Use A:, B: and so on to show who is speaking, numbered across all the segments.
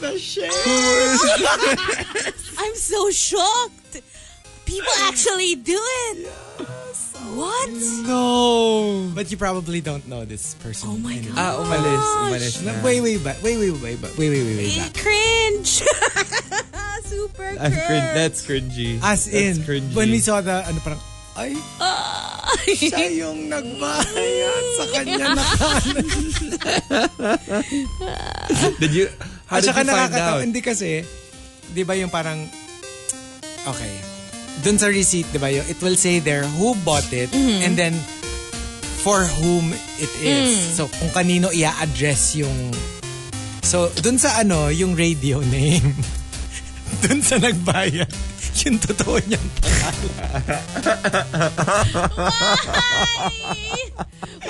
A: the shit?
B: I'm so shocked. People actually do it. What?
C: No.
A: But you probably don't know this person.
B: Oh my
A: anyway.
B: God.
C: Ah, umalis. Umalis
A: No,
C: na.
A: way, way back. Way, way, way back. Way, way, way, way
B: Eh,
A: back.
B: Cringe. Super
C: I'm
B: cringe.
C: cringe. That's cringy.
A: As in,
C: Eh, That's cringy.
A: when we saw the, ano parang, ay,
B: Ah.
A: siya yung nagbayad sa kanya na kanan.
C: Did you... How
A: At
C: did you
A: saka
C: find
A: nakakatawa.
C: out?
A: Hindi kasi, di ba yung parang, okay, dun sa receipt, di ba yung, it will say there who bought it
C: Mm-hmm.
A: and then for whom it is.
C: Mm.
A: So, kung kanino i-address yung, so, dun sa ano, yung radio name, dun sa nagbayad, yung totoo niyang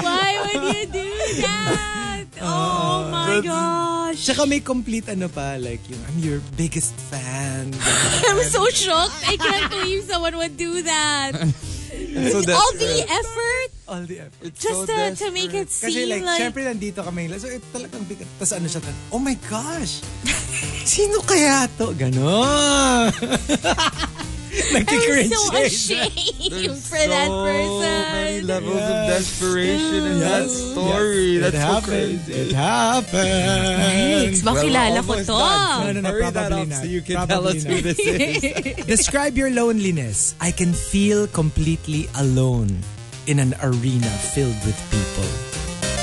B: Why would you do that? Oh my gosh.
A: Uh, Tsaka may complete ano pa, like yung, I'm your biggest fan.
B: I'm so shocked. I can't believe someone would do that.
C: So that's
B: All the effort
A: All the effort.
C: It's
B: just uh,
C: so
B: to, to make
C: desperate.
B: it
A: Kasi
B: seem
A: like, syempre nandito kami. So, ito talagang bigat. Tapos ano siya, tan- oh my gosh! Sino kaya to? Ganon!
B: I'm
A: Nagkikringe
B: so
A: siya.
B: ashamed for that
C: many
B: person.
C: levels
A: Yes.
C: of desperation in that
A: Yes.
C: story.
A: Yes.
C: That's
A: it
C: so
A: happened.
C: crazy.
A: It happened.
B: Ex, makilala Oh, ko
C: almost
B: to.
C: done.
A: No, no, no,
C: Hurry that
A: probably
C: up
A: not.
C: so you can tell
A: Probably
C: us
A: not.
C: who this is.
A: Describe your loneliness. I can feel completely alone in an arena filled with people.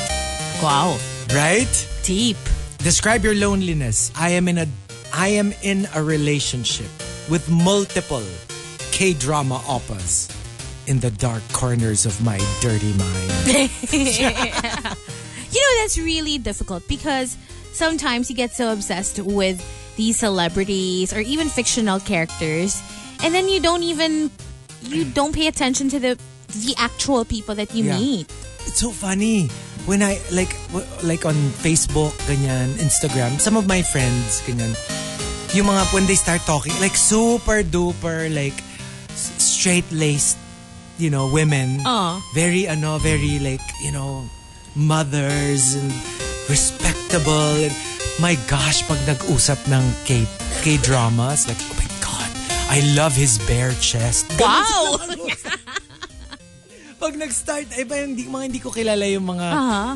B: Wow.
A: Right?
B: Deep.
A: Describe your loneliness. I am in a I am in a relationship with multiple K-drama oppas in the dark corners of my dirty mind.
B: You know, that's really difficult because sometimes you get so obsessed with these celebrities or even fictional characters, and then you don't even you don't pay attention to the the actual people that you
A: Yeah.
B: meet.
A: It's so funny when I like w- like on Facebook ganyan, Instagram, some of my friends ganyan. Yung mga when they start talking like super duper like straight laced you know women
B: Ah.
A: very ano very like you know mothers and respectable and my gosh pag nag-usap ng K K-dramas like oh my god I love his bare chest Ganun sila
B: Wow!
A: mag-usap. pag nag-start ay ba hindi mga hindi ko kilala yung mga
B: Uh-huh.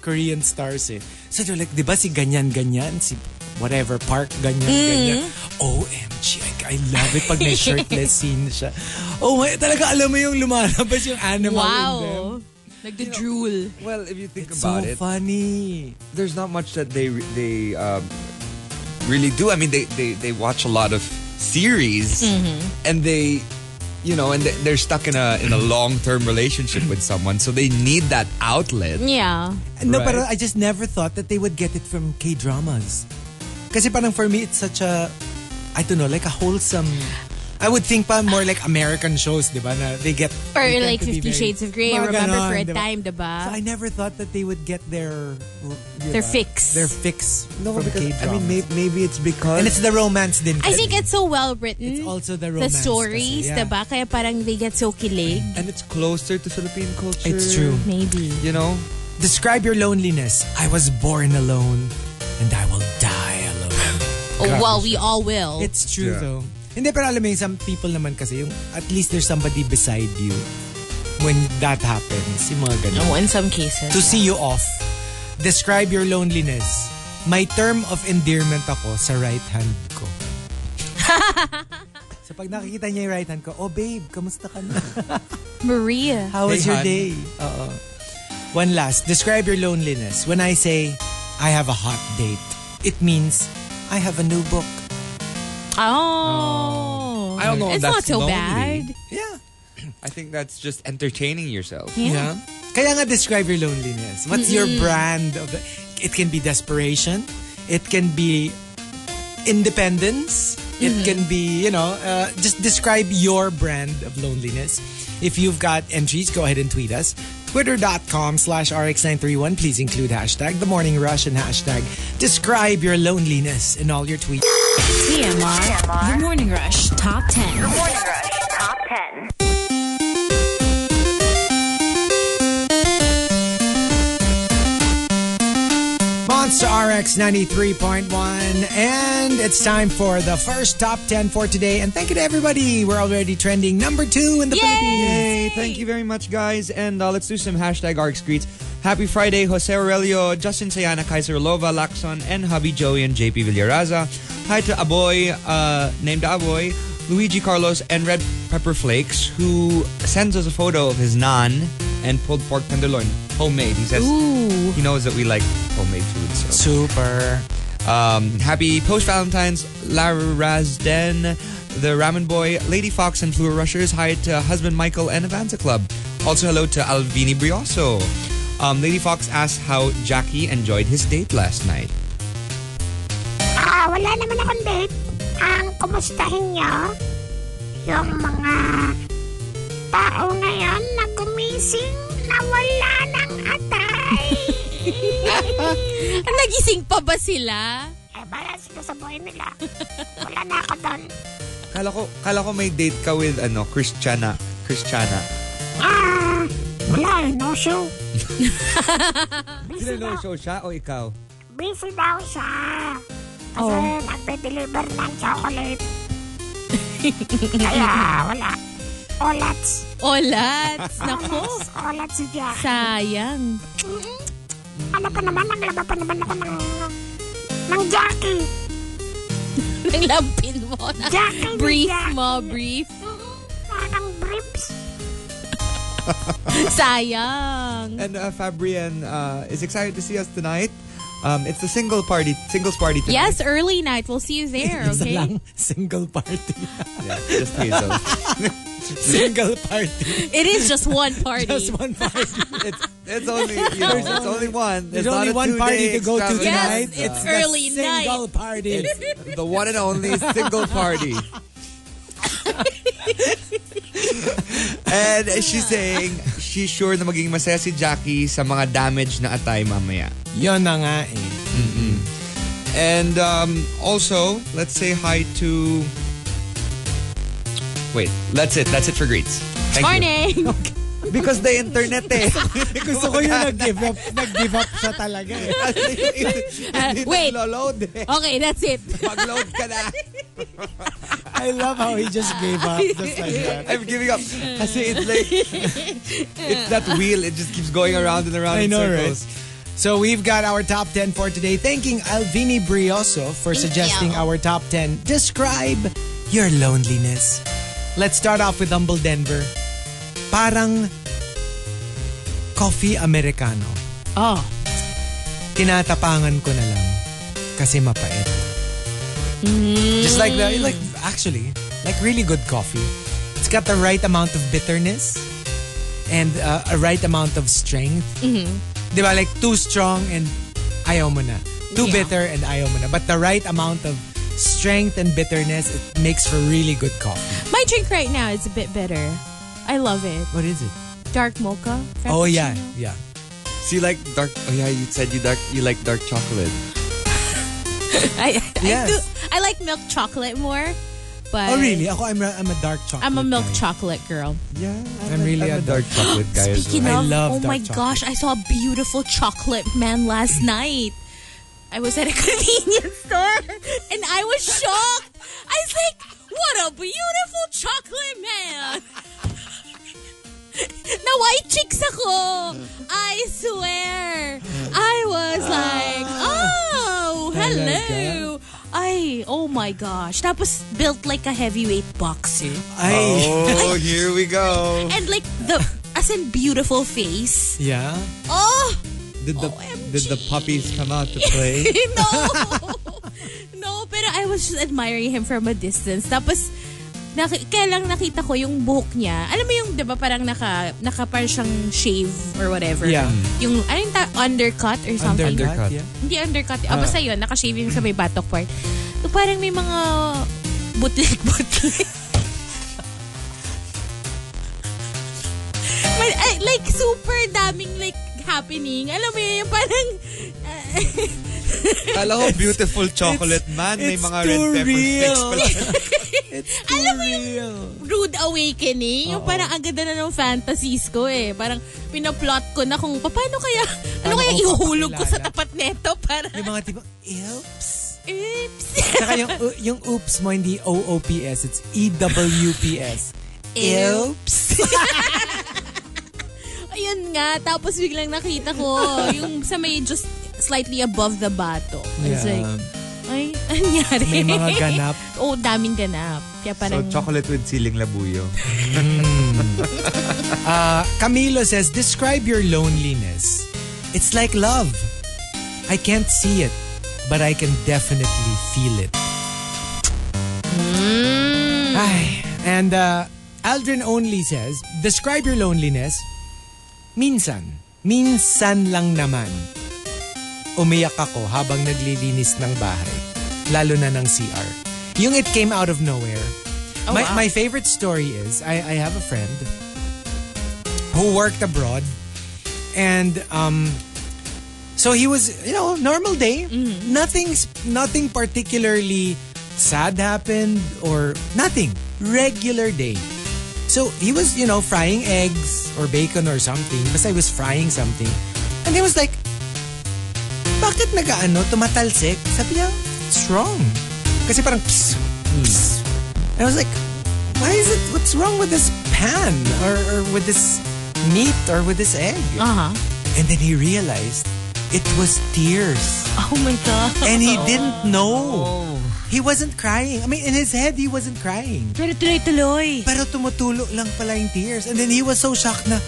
A: Korean stars eh. So they're like, di ba si ganyan-ganyan, si whatever, Park,
B: Mm.
A: ganyan-ganyan. OMG, I, I love it pag may shirtless scene siya. Oh my, talaga alam mo yung lumalabas yung animal in them.
B: Wow. Like the drool.
C: Well, if you think
A: It's so
C: about it,
A: funny.
C: there's not much that they they um, really do. I mean, they, they they watch a lot of series, and they, you know, and they- they're stuck in a in a long term relationship with someone, so they need that outlet.
B: Yeah.
A: No,
C: Right.
A: pero I just never thought that they would get it from K-dramas. Kasi parang for me, it's such a, I don't know, like a wholesome... I would think pa more like American shows, di ba, na they get...
B: Or
A: they tend
B: like
A: to be
B: Fifty
A: very-
B: Shades of Grey.
A: Mga
B: Remember
A: ganon,
B: for a
A: di ba?
B: time, diba?
A: So I never thought that they would get their di
B: Their
A: ba?
B: fix.
A: Their fix.
C: No,
A: from
C: because I
A: K-dramas.
C: mean, maybe, maybe it's because
A: and it's the romance din.
B: I
A: kasi.
B: think it's so well written.
A: It's also the
B: the
A: romance.
B: stories,
A: kasi, yeah.
B: diba? Kaya parang they get so kilig.
C: and it's closer to Philippine culture.
A: It's true.
B: Maybe.
C: You know,
A: Describe your loneliness. I was born alone, and I will die alone.
B: Oh, well, we all will.
A: It's
C: Yeah.
A: true though. Hindi, pero alam mo yung some people naman kasi yung at least there's somebody beside you when that happens. Yung mga
C: Oh.
A: ganun.
B: no, Oh, in some cases.
A: To see you off, describe your loneliness. My term of endearment ako sa right hand ko. so pag nakikita niya yung right hand ko, oh babe, kamusta ka na?
B: Maria.
A: How was
C: Hey,
A: your
C: hon.
A: day? Oo. One last. Describe your loneliness. When I say, I have a hot date, it means, I have a new book.
B: Oh.
C: I don't know if
B: It's
C: that's
B: not so
C: lonely.
B: bad.
A: Yeah.
C: I think that's just entertaining yourself.
B: Yeah.
A: Kaya nga describe your loneliness. What's your brand of it can be desperation, it can be independence, it can be, you know, uh, just describe your brand of loneliness. If you've got entries, go ahead and tweet us. Twitter.com slash RX931. Please include hashtag The Morning Rush and hashtag Describe Your Loneliness in all your tweets.
D: TMR, The Morning Rush Top 10.
E: Morning Rush Top 10.
A: Monster It's RX 93.1, and it's time for the first top 10 for today. And thank you to everybody. We're already trending number two in the
B: Yay!
A: Philippines.
C: Hey, thank you very much, guys. And uh, let's do some hashtag ARC greets. Happy Friday, Jose Aurelio, Justin Sayana, Kaiser Lova, Laxon, and hubby Joey and JP Villaraza. Hi to Aboy, uh, named Aboy, Luigi Carlos, and Red Pepper Flakes, who sends us a photo of his naan and pulled pork tenderloin. Homemade. He says
B: Ooh.
C: he knows that we like homemade food. So.
A: Super.
C: Um, happy post Valentine's, Lara Razden, the Ramen Boy, Lady Fox, and Fleur Rushers. Hi to husband Michael and Avanza Club. Also, hello to Alvini Brioso. Um, Lady Fox asked how Jackie enjoyed his date last night.
E: Ah, wala naman akong date. Ang kumustahin nyo, yung mga tao ngayon na gumising na wala ng atay.
B: Nagising pa ba sila?
E: eh, balas ko sa buhay nila. Wala na ako doon.
C: Kala ko, kala ko may date ka with ano, Christiana. Christiana.
E: Ah, wala eh, no show.
C: Sino no show siya o ikaw?
E: Busy daw siya. Kasi
B: Oh.
E: nagpe-deliver ng chocolate. Kaya wala. Olats.
B: Olats. Nako.
E: Olats. Olats si Jack.
B: Sayang.
E: Ano pa naman, naglaba pa naman ako ng... ng Jackie.
B: Nanglampin mo. Na.
E: Jackie
B: Brief
E: Jackie.
B: mo, brief.
E: Parang Mm-hmm. briefs.
B: Sayang.
C: And uh, Fabrian uh, is excited to see us tonight. Um, it's the single party, singles party tonight.
B: Yes, early night. We'll see you there,
A: Isa lang,
B: okay?
A: single party.
C: Yeah, just Hazel.
A: single party.
B: It is just one party.
A: Just one party.
C: it's, it's only you know, it's only one.
A: There's
C: It's not a
A: only one
C: two-day
A: party to go to
C: extravaganza.
A: tonight.
B: Yes,
A: it's
B: it's early
A: the single
B: night.
A: party.
C: It's the one and only single party. And she's saying she's sure na magiging masaya si Jackie sa mga damage na atay mamaya.
A: Yun na nga eh.
C: And um, also, let's say hi to. Wait, that's it. That's it for greets. Thank you.
B: Morning.
C: Because the internet eh.
A: Gusto ko yung nag-give up. Nag-give up siya talaga eh.
C: Hindi
B: Uh, wait.
C: naglo-load eh.
B: Okay, that's it.
C: Mag-load ka na.
A: I love how he just gave up. Just like that.
C: I'm giving up. Kasi it's like, it's that wheel. It just keeps going around and around
A: I
C: in
A: know, right?
C: circles.
A: So we've got our top 10 for today. Thanking Alvini Brioso for suggesting
B: you.
A: our top 10. Describe your loneliness. Let's start off with Humble Denver. Parang coffee americano.
B: Oh.
A: Tinatapangan ko na lang kasi mapait. Just like the, like actually, like really good coffee. It's got the right amount of bitterness and uh, a right amount of strength.
B: Mm-hmm.
A: Di ba? Like too strong and ayaw mo na. Too
B: Yeah.
A: bitter and ayaw mo na. But the right amount of strength and bitterness, it makes for really good coffee.
B: My drink right now is a bit bitter. I love it.
A: What is it?
B: Dark mocha. frappuccino.
A: Oh yeah, yeah.
C: So you like dark, oh yeah, you said you dark, you like dark chocolate.
B: I,
A: Yes.
B: I, do, I like milk chocolate more, but
A: Oh really? Ako, I'm a, I'm a dark chocolate.
B: I'm a milk
A: guy.
B: chocolate girl.
C: Yeah.
A: I'm really
C: I'm
A: a
C: a dark chocolate guy as
B: Speaking
A: well. I
B: of,
A: love
B: oh
A: dark
B: my
A: chocolate.
B: gosh, I saw a beautiful chocolate man last night. I was at a convenience store and I was shocked. I was like, what a beautiful chocolate man. Na white cheeks ako. I swear. I was like, oh, hello. Ay, oh my gosh. Tapos built like a heavyweight boxer.
A: Ay.
C: Oh, here we go.
B: And like the, as in beautiful face.
A: Yeah.
B: Oh,
C: Did the,
B: OMG.
C: did the puppies come out to play?
B: no. no, pero I was just admiring him from a distance. Tapos, naki- kaya lang nakita ko yung buhok niya. Alam mo yung, di ba, parang naka, naka parang siyang shave or whatever.
A: Yeah.
B: Yung, ano yung ta- undercut or something?
C: Undercut.
A: Undercut, yeah.
B: Hindi undercut. Ah, basta yun, nakashave yung sa may batok part. So, parang may mga butlik-butlik. Mal- ay, like, super daming like happening. Alam mo yun, yung parang...
C: Kala ko beautiful chocolate man. May
A: it's
C: mga
A: too
C: red pepper
A: real.
C: sticks pala.
A: It's too
B: Alam mo yung
A: real.
B: rude awakening. Yung parang ang ganda na ng fantasies ko eh. Parang pinaplot ko na kung paano kaya, ano
A: Paano
B: kaya
A: ko
B: ihuhulog ko sa
A: papakilala?
B: tapat neto para,
A: Yung mga tipong, oops.
B: oops.
A: Saka yung, yung oops mo, hindi O-O-P-S. It's E E-W-P-S. Oops.
B: Ayun nga, tapos biglang nakita ko yung sa may just slightly above the bato. It's like,
A: Yeah.
B: ay, anong nangyari?
A: May mga ganap.
B: Oo, daming ganap.
C: So,
B: Kaya parang,
C: chocolate with siling labuyo.
A: Uh, Camilo says, describe your loneliness. It's like love. I can't see it, but I can definitely feel it. Ay, and uh, Aldrin Only says, describe your loneliness. Minsan. Minsan lang naman. Umiyak ako habang naglilinis ng bahay. Lalo na ng CR. Yung it came out of nowhere. my, my favorite story is, I, I have a friend who worked abroad and um so he was you know normal day nothing's nothing particularly sad happened or nothing regular day so he was you know frying eggs or bacon or something basta he was frying something and he was like bakit nagaano tumatalsik sabi niya it's wrong kasi parang "Psst, psst." And I was like, why is it, what's wrong with this pan or, or with this meat or with this egg?
B: aha.
A: And then he realized it was tears.
B: Oh my God.
A: And he didn't know. He wasn't crying. I mean, in his head, he wasn't crying.
B: Pero tuloy-tuloy.
A: Pero tumutulo lang pala yung tears. And then he was so shocked na,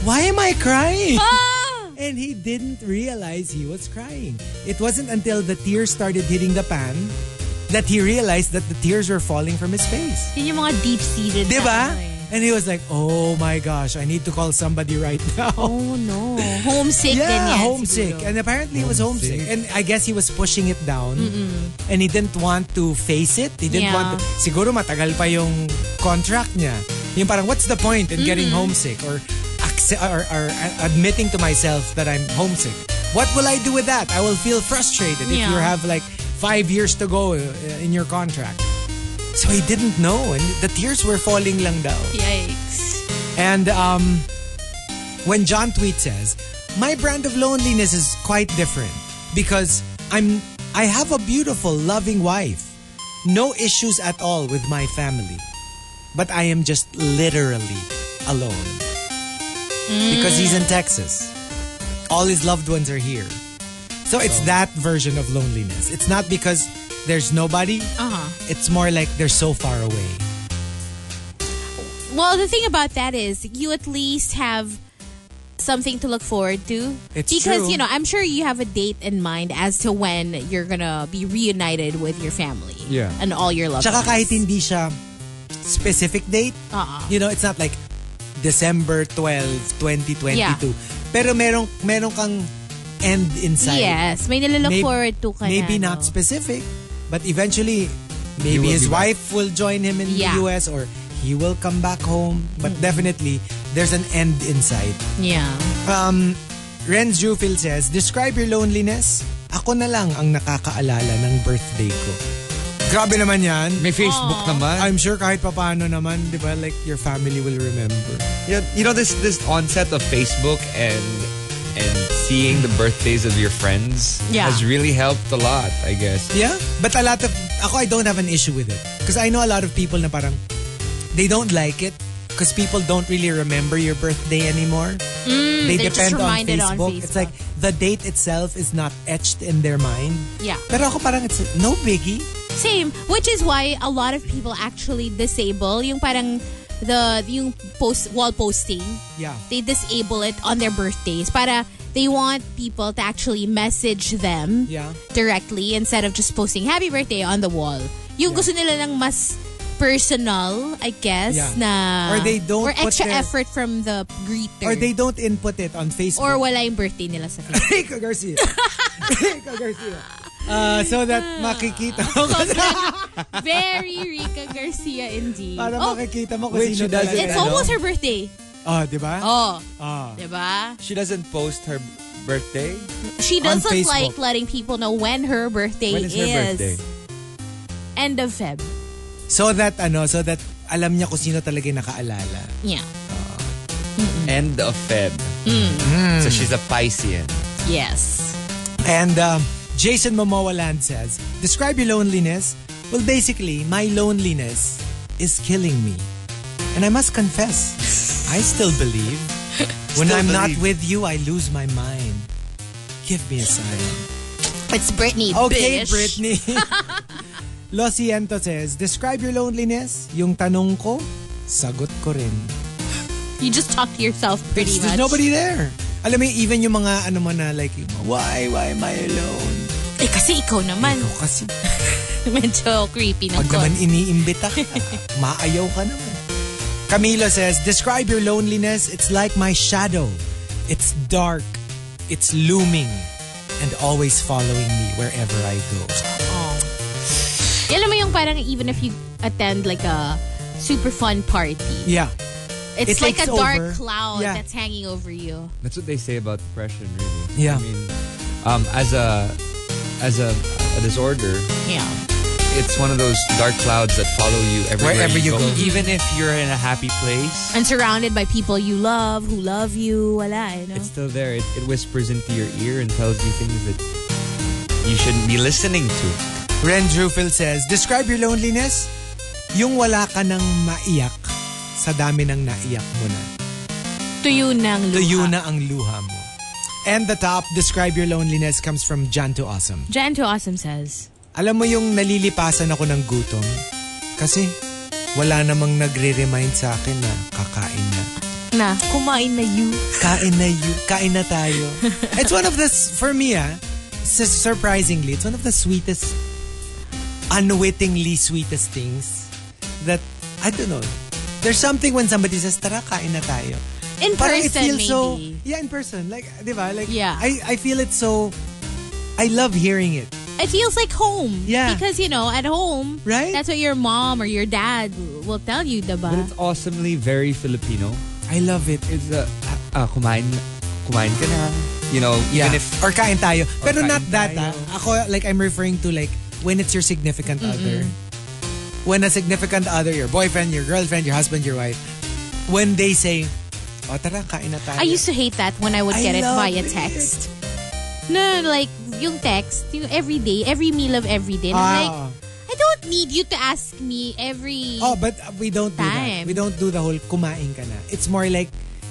A: why am I crying?
B: Ah!
A: And he didn't realize he was crying. It wasn't until the tears started hitting the pan that he realized that the tears were falling from his face.
B: Yun yung mga deep-seated. na
A: Diba?
B: ano eh.
A: And he was like, oh my gosh, I need to call somebody right now.
B: Oh no. Homesick
A: yeah,
B: din yan.
A: homesick.
B: siguro.
A: And apparently he was homesick. And I guess he was pushing it down. And he didn't want to face it. He didn't
B: Yeah.
A: want to, siguro matagal pa yung contract niya. Yung parang, what's the point in getting homesick? Or, acce- or, or uh, admitting to myself that I'm homesick. What will I do with that? I will feel frustrated if
B: Yeah.
A: you have like five years to go uh, in your contract. So he didn't know. And the tears were falling lang daw.
B: Yikes.
A: And um, when John Tweet says, "My brand of loneliness is quite different because I'm I have a beautiful, loving wife, no issues at all with my family, but I am just literally alone because he's in Texas. All his loved ones are here, so it's that version of loneliness. It's not because there's nobody.
B: Uh-huh.
A: It's more like they're so far away.
B: Well, the thing about that is you at least have something to look forward to.
A: It's
B: because,
A: true.
B: you know, I'm sure you have a date in mind as to when you're going to be reunited with your family
C: Yeah.
B: and all your loved
A: Tsaka
B: ones.
A: kahit hindi siya specific date,
B: Ah.
A: you know, it's not like December 12, 2022.
B: Yeah.
A: Pero merong, merong kang end inside.
B: Yes, may nililook
A: Mayb-
B: forward to ka
A: Maybe
B: na,
A: not
B: no?
A: specific, but eventually, maybe
C: will be
A: his
C: back.
A: wife will join him in
B: Yeah.
A: the US or he will come back home. But definitely, there's an end inside.
B: Yeah.
A: Um, Renz Jufil says, Describe your loneliness. Ako na lang ang nakakaalala ng birthday ko. Grabe naman yan.
C: May Facebook naman.
A: I'm sure kahit papaano naman, di ba, like your family will remember.
C: you know, you know this this onset of Facebook and and seeing the birthdays of your friends
B: Yeah.
C: has really helped a lot, I guess.
A: Yeah? But a lot of, ako I don't have an issue with it. Because I know a lot of people na parang, they don't like it because people don't really remember your birthday anymore. they
B: they're Mm, just
A: depend on,
B: reminded
A: Facebook.
B: on Facebook.
A: It's like, the date itself is not etched in their mind.
B: Yeah.
A: Pero ako parang, it's no biggie.
B: Same, which is why a lot of people actually disable yung parang the yung post wall posting.
A: Yeah.
B: They disable it on their birthdays para they want people to actually message them
A: Yeah.
B: directly instead of just posting happy birthday on the wall. Yung gusto nila ng mas personal, I guess,
A: Yeah.
B: na
A: Or they don't
B: or
A: put
B: extra
A: their-
B: effort from the greeter.
A: Or they don't input it on Facebook.
B: or wala yung birthday nila sa Facebook.
A: Rico Garcia. Rico Garcia. Uh, so that makikita mo.
B: Oh, Very Rica Garcia indeed.
A: para
B: Oh,
A: makikita mo kung
C: Wait, she
A: sino
C: doesn't
A: talaga.
B: it's
C: ano?
B: almost her birthday.
A: Oh, di ba?
B: Oh,
A: Ah.
B: 'di ba?
C: She doesn't post her birthday.
B: She
A: On
B: doesn't
A: Facebook.
B: like letting people know when her birthday
C: When is her birthday?
B: End of Feb.
A: So that ano, so that alam niya kung sino talaga yung nakaalala.
B: Yeah.
A: Mm.
C: End of Feb. So she's a Piscean.
B: Yes.
A: And um, Jason Momoa Land says, Describe your loneliness. Well, basically, my loneliness is killing me. And I must confess, I still believe. When
C: Still
A: I'm
C: believe.
A: not with you, I lose my mind. Give me a sign.
B: It's Britney.
A: Okay,
B: bitch.
A: Brittany. Lo Siento says, Describe your loneliness. Yung tanong ko, sagot ko rin.
B: You just talk to yourself pretty much.
A: There's, there's nobody there. Alam mo, yung- even yung mga ano mo na like, yung mga, why, why am I alone?
B: Eh, kasi ikaw naman.
A: Ikaw kasi,
B: Medyo creepy ng
A: pag naman
B: konti.
A: iniimbita ka, maayaw ka naman. Camila says, Describe your loneliness. It's like my shadow. It's dark. It's looming. And always following me wherever I go.
B: Oh. Alam mo yung parang even if you attend like a super fun party,
A: Yeah.
B: it's
A: it
B: like a
A: takes
B: dark
A: over.
B: cloud
A: Yeah.
B: that's hanging over you.
C: That's what they say about depression, really.
A: Yeah.
C: I mean, um, as a as a, a disorder,
B: Yeah.
C: it's one of those dark clouds that follow you everywhere,
A: Wherever you go.
C: Even if you're in a happy place,
B: And surrounded by people you love, who love you, wala, you know?
C: it's still there. It, it whispers into your ear and tells you things that you shouldn't be listening to.
A: Ren Drufil says, Describe your loneliness. Yung wala ka ng maiyak sa dami ng naiyak mo na.
B: tuyo ng luha.
A: Tuyo na ang luha mo. And the top, Describe your loneliness comes from Jan to Awesome.
B: Jan to Awesome says,
A: Alam mo yung nalilipasan ako ng gutom? Kasi wala namang nagre-remind sa akin na kakain na.
B: na, kumain na you.
A: Kain na you, kain na tayo. It's one of the, s- for me ah, su- surprisingly, it's one of the sweetest, unwittingly sweetest things that, I don't know, there's something when somebody says, tara, kain na tayo.
B: In
A: Parang it
B: person,
A: feels
B: maybe.
A: so, yeah, in person. Like, di ba? Like,
B: Yeah.
A: I, I feel it so, I love hearing it.
B: It feels like home.
A: Yeah.
B: Because, you know, at home,
A: Right?
B: that's what your mom or your dad will tell you, diba?
C: But it's awesomely very Filipino.
A: I love it.
C: It's a ah, ah, kumain, kumain ka na. You know, even if
A: or kain tayo. Pero
C: kain
A: not that
C: tayo.
A: ah. Ako like I'm referring to like when it's your significant other. When a significant other, your boyfriend, your girlfriend, your husband, your wife, when they say, "O tara, kain na tayo."
B: I used to hate that when I would
A: I
B: get it
A: love
B: via
A: it.
B: text. No, no, like, yung text, yung every day, every meal of every day. And I'm
A: Ah.
B: like, I don't need you to ask me every...
A: Oh, but we don't do
B: Time.
A: that. We don't do the whole kumain ka na. It's more like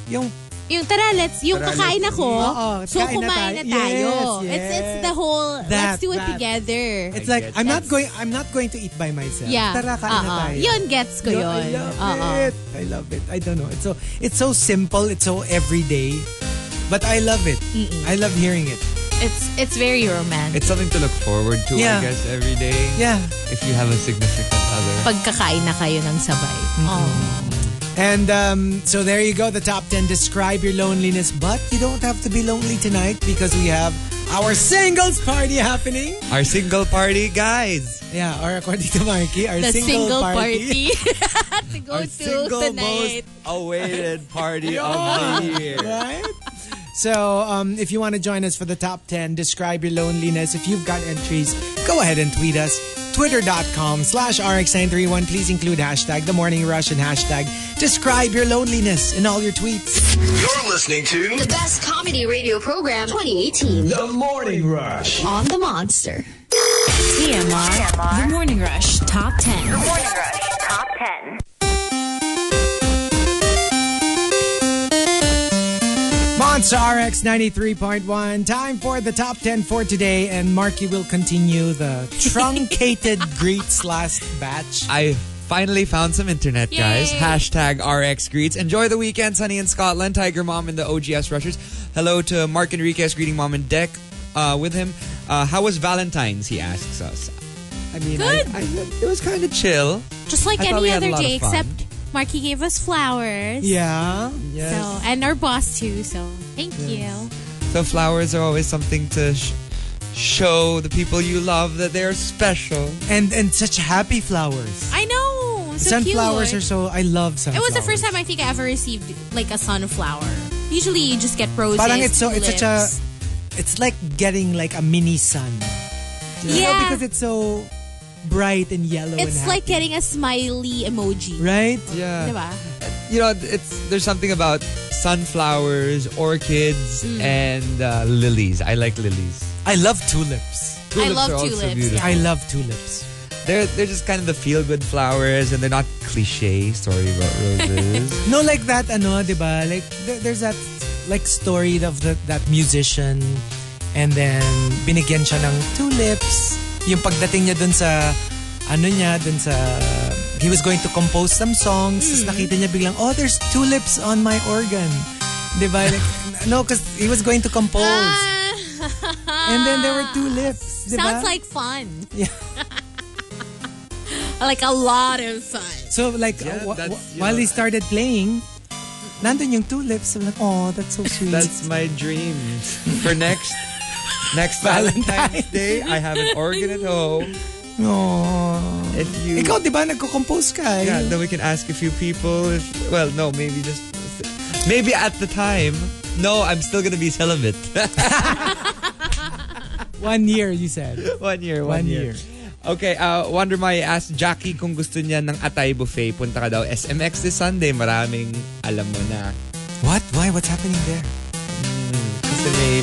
A: yung
B: Yung tara, let's, yung
C: Tara,
B: kakain
C: let's-
B: ako,
A: Oo,
B: so
A: kain na
B: kumain na
A: tayo.
B: tayo.
A: Yes,
B: It's, it's
A: yes.
B: the whole, let's
A: That,
B: do it
A: that.
B: together.
A: it's
C: I
A: like
C: get
A: I'm
B: That's-
A: not going I'm not going to eat by myself.
B: yeah. Uh-uh.
A: Tara, kain na
B: Oo.
A: tayo.
B: Yun, gets ko
A: Yo,
B: yun. Uh-uh.
A: I love
B: Oo.
A: it. I love it. I don't know. It's so it's so simple. It's so everyday. But I love it. I love hearing it.
B: It's, it's very romantic.
C: it's something to look forward to, I
A: Yeah.
C: guess, every day.
A: Yeah.
C: If you have a significant other.
B: Pagkakain na kayo ng sabay. Oh.
A: And um, so there you go. The top ten describe your loneliness, but you don't have to be lonely tonight because we have our singles party happening.
C: Our single party, guys.
A: Yeah, or according to Marky, our
B: The
A: single,
B: single, party.
A: party.
B: to go
C: Our
B: to
C: single most
B: tonight.
C: awaited party of the year.
A: right? So, um, if you want to join us for the top 10, describe your loneliness. If you've got entries, go ahead and tweet us. Twitter.com slash RX931. Please include hashtag The Morning Rush and hashtag Describe Your Loneliness in all your tweets.
F: You're listening to
G: The best comedy radio program 2018
F: The Morning Rush.
G: on The Monster.
B: E
D: TMR. The Morning Rush Top 10.
H: Morning Rush Top 10.
A: Monster RX 93.1. Time for the top 10 for today. And Marky will continue the truncated greets last batch.
C: I finally found some internet, guys. Hashtag RX greets. Enjoy the weekend, sunny in Scotland. Tiger Mom and the OGS Rushers. Hello to Mark Enriquez, greeting Mom and Deck uh, with him. Uh, how was Valentine's? He asks us. I mean, I-
B: Good.
C: I, it was kind of chill.
B: Just like
C: I thought we
B: any
C: had a
B: other
C: lot
B: day,
C: of fun.
B: except Marky gave us flowers.
A: Yeah. Yes.
B: So and our boss too. So thank you.
C: So flowers are always something to sh- show the people you love that they're special.
A: And and such happy flowers.
B: I know. So
A: sunflowers
B: cute.
A: are so I love
B: It
A: sunflowers.
B: was the first time I think I ever received like a sunflower. Usually you just get roses.
A: Parang it's so it's such a
B: tulips.
A: it's like getting like a mini sun. You know,
B: Yeah.
A: because it's so bright and yellow and
B: It's
A: happy.
B: like getting a smiley emoji.
A: Right?
C: Yeah.
B: Diba?
C: you know, it's there's something about sunflowers, orchids,
B: Mm.
C: and uh, lilies. I like lilies.
A: I love tulips.
B: I love
C: are also
B: tulips,
C: beautiful.
B: yeah.
A: I love tulips.
C: They're they're just kind of the feel good flowers, and they're not cliche story about roses.
A: No, like that, ano, di ba? Like, there, there's that, like, story of the, that musician. And then, binigyan siya ng tulips. Yung pagdating niya dun sa, ano niya, dun sa, he was going to compose some songs. Tapos
B: Mm-hmm.
A: nakita niya biglang, oh, there's tulips on my organ. Di ba? Like, no, because he was going to compose. and then there were tulips. Di ba?
B: Ah. Sounds like fun.
A: Yeah.
B: like a lot of fun.
A: So like
C: Yeah,
A: uh, wh-
C: that's,
A: wh-
C: you
A: while
C: know,
A: he started playing, nandun yung tulips. I'm like, oh, that's so sweet.
C: That's my dream for next next Valentine's Day. I have an organ at home.
A: Aww.
C: If you
A: Ikaw, di ba, nagko-compose ka eh.
C: yeah, then we can ask a few people. If well, no, maybe just maybe at the time. No, I'm still gonna be celibate.
A: One year, you said.
C: one year,
A: One
C: one, year.
A: year.
C: Okay, uh, Wonder Mai asked Jackie kung gusto niya ng Atay Buffet. Punta ka daw SMX this Sunday. Maraming alam mo na.
A: What? Why? What's happening there?
C: Kasi may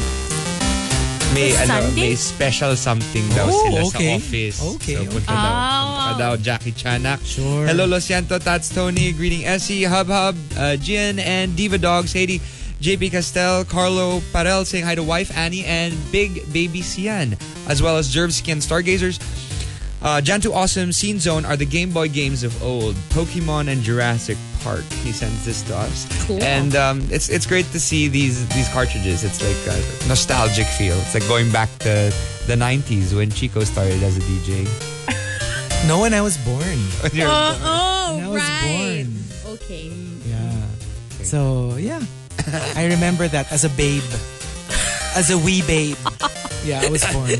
C: may,
B: This
C: ano,
B: Sunday?
C: may special something daw
A: Oh,
C: sila
A: okay.
C: sa office.
A: Okay, Ah.
C: So, punta, daw, punta ka daw, Jackie Chanak.
A: Sure.
C: Hello, Los Santo, Tats Tony, greeting Essie, Hub Hub, uh, Gian, and Diva Dogs, Haiti, JP Castel, Carlo Parel, saying hi to wife Annie, and Big Baby Sian, as well as Jervsky and Stargazers. Uh, Jantu Awesome, Scene Zone are the Game Boy games of old, Pokemon and Jurassic Park. He sends this to us,
B: Cool.
C: and um, it's it's great to see these these cartridges. It's like a nostalgic feel. It's like going back to the '90s when Chico started as a DJ.
A: No, when I was born.
C: When you're
B: Uh,
A: When I
B: oh,
A: was
B: right. Okay.
A: Yeah. So, yeah. I remember that as a babe. As a wee babe. Yeah, I was born.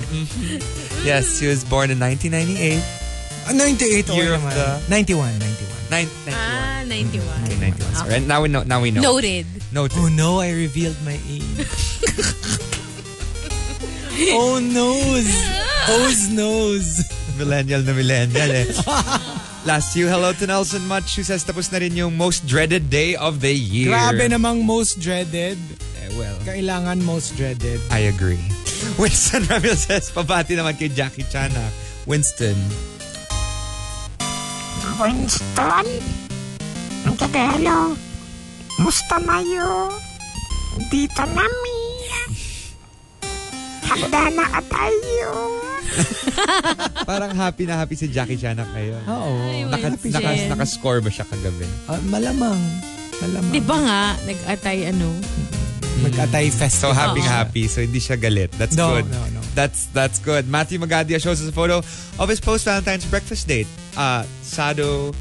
C: Yes, he was born in 1998.
A: Ah, 98
C: Year
A: or
C: of
A: naman.
C: the-
A: 91, 91.
C: Nine, 91.
B: Ah, 91.
C: Okay, 91.
A: Ah.
C: Sorry. Now we know. Now we know.
B: Noted.
C: Noted.
A: Oh no, I revealed my age. oh nose. O's nose.
C: Millennial na millennial eh. Last you, hello to Nelson Much who says tapos na rin yung most dreaded day of the year.
A: Grabe namang most dreaded.
C: Eh, well,
A: Kailangan most dreaded.
C: I agree. Winston Ramil says, pabati naman kay Jackie Chana. Winston.
E: Winston? Ang hello Musta na yun? Dito nami. Handa na ka tayo.
C: Parang happy na happy si Jackie Chana kayo.
A: Oo.
C: Naka,
B: Winston.
C: naka, nakascore ba siya kagabi?
A: Ah, malamang. Malamang.
B: Di ba nga, nag-atay ano?
A: Mag-atay
C: So
A: festival.
C: happy
A: siya.
C: happy. So hindi siya galit. That's
A: Ah. No,
C: good.
A: no, no.
C: That's that's good. Matthew Magadia shows us a photo of his post Valentine's breakfast date. Uh, Sado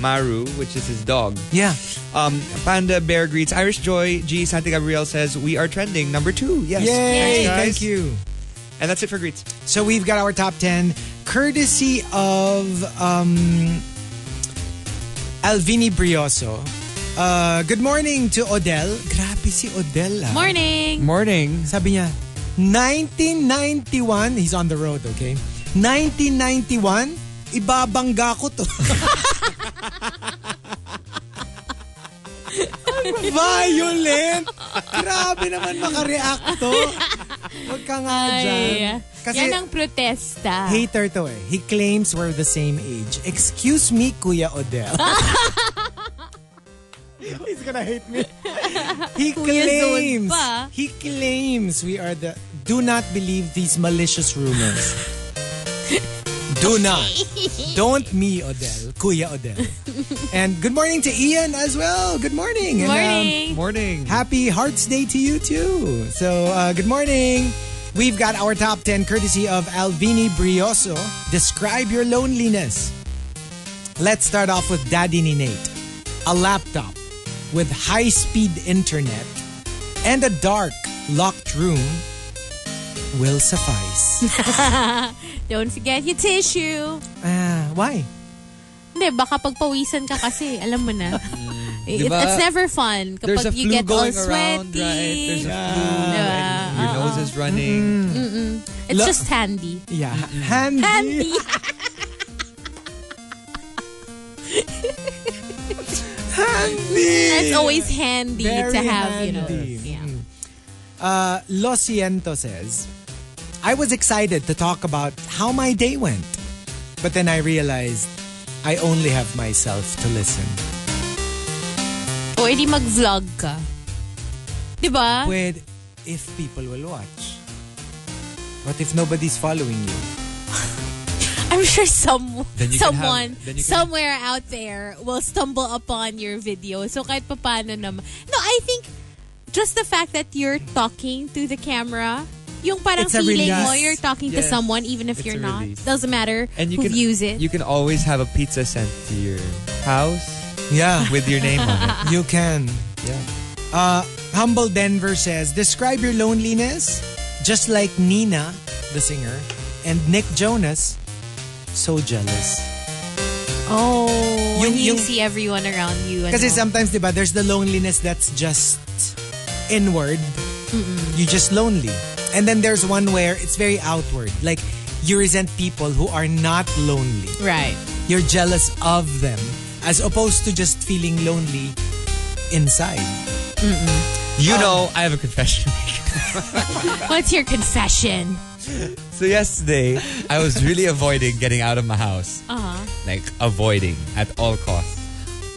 C: Maru, which is his dog.
A: Yeah.
C: Um, Panda Bear greets Irish Joy. G Santa Gabriel says we are trending number two. Yes.
A: Yay!
C: Thanks, guys.
A: Thank you.
C: And that's it for greets.
A: So we've got our top 10 courtesy of um, Alvini Brioso. Uh, good morning to Odell. Grabe si Odell. ah.
B: Morning!
C: Morning.
A: Sabi niya, 1991, he's on the road, okay? 1991, ibabangga ko to. Violent! Grabe naman makareact to. Huwag ka nga dyan.
B: Ay,
A: Kasi
B: yan ang protesta.
A: hater to eh. He claims we're the same age. Excuse me, Kuya Odell. He's gonna hate me. He
B: Kuya Zod
A: claims.
B: pa.
A: He claims we are the. Do not believe these malicious rumors. Do not. Don't me, Odell. Kuya Odell. And good morning to Ian as well. Good morning. And, um,
B: Morning!
C: Morning.
A: Happy Hearts Day to you too. So, uh, good morning. We've got our top 10 courtesy of Alvini Brioso. Describe your loneliness. Let's start off with Daddy Ninate. A laptop with high speed internet and a dark, locked room will suffice.
B: Don't forget your tissue.
A: Ah, why?
B: Hindi, baka pagpawisan ka kasi, alam mo na. It-
C: Diba?
B: It's never fun
C: There's
B: kapag
C: a
B: you
C: flu
B: get all
C: going around, right? There's
B: sweaty. Uh-huh. Mm-hmm.
C: a flu.
B: Diba?
C: and Your nose is running.
B: It's
A: Lo-
B: just handy.
A: Yeah. Handy.
B: Handy! That's always handy
A: Very
B: to have, you know.
A: handy.
B: Yeah.
A: Uh, Lo Siento says, I was excited to talk about how my day went, but then I realized I only have myself to listen.
B: O edi mag-vlog ka. Diba?
A: With if people will watch. What if nobody's following you?
B: I'm sure some,
C: Then you can
B: someone
C: have- then you can-
B: somewhere out there will stumble upon your video. So kahit papano naman. No, I think just the fact that you're talking to the camera, yung parang
A: It's a
B: feeling
A: relief.
B: mo you're talking to
C: Yes.
B: someone even if
C: It's
B: you're
C: a
B: not.
C: relief.
B: Doesn't matter
C: And you
B: who
C: can
B: views it.
C: You can always have a pizza sent to your house
A: Yeah,
C: with your name on it.
A: you can.
C: Yeah.
A: Uh, Humble Denver says, describe your loneliness just like Nina, the singer, and Nick Jonas. So jealous.
B: oh, when
A: Yung-
B: you
A: yung-
B: see everyone around you. and
A: Kasi
B: all.
A: sometimes, di ba, there's the loneliness that's just inward. You just lonely. And then there's one where it's very outward. Like, you resent people who are not lonely.
B: Right.
A: You're jealous of them. As opposed to just feeling lonely inside.
C: You know, I have a confession.
B: What's your confession?
C: so yesterday, I was really avoiding getting out of my house.
B: Uh-huh.
C: Like avoiding at all costs.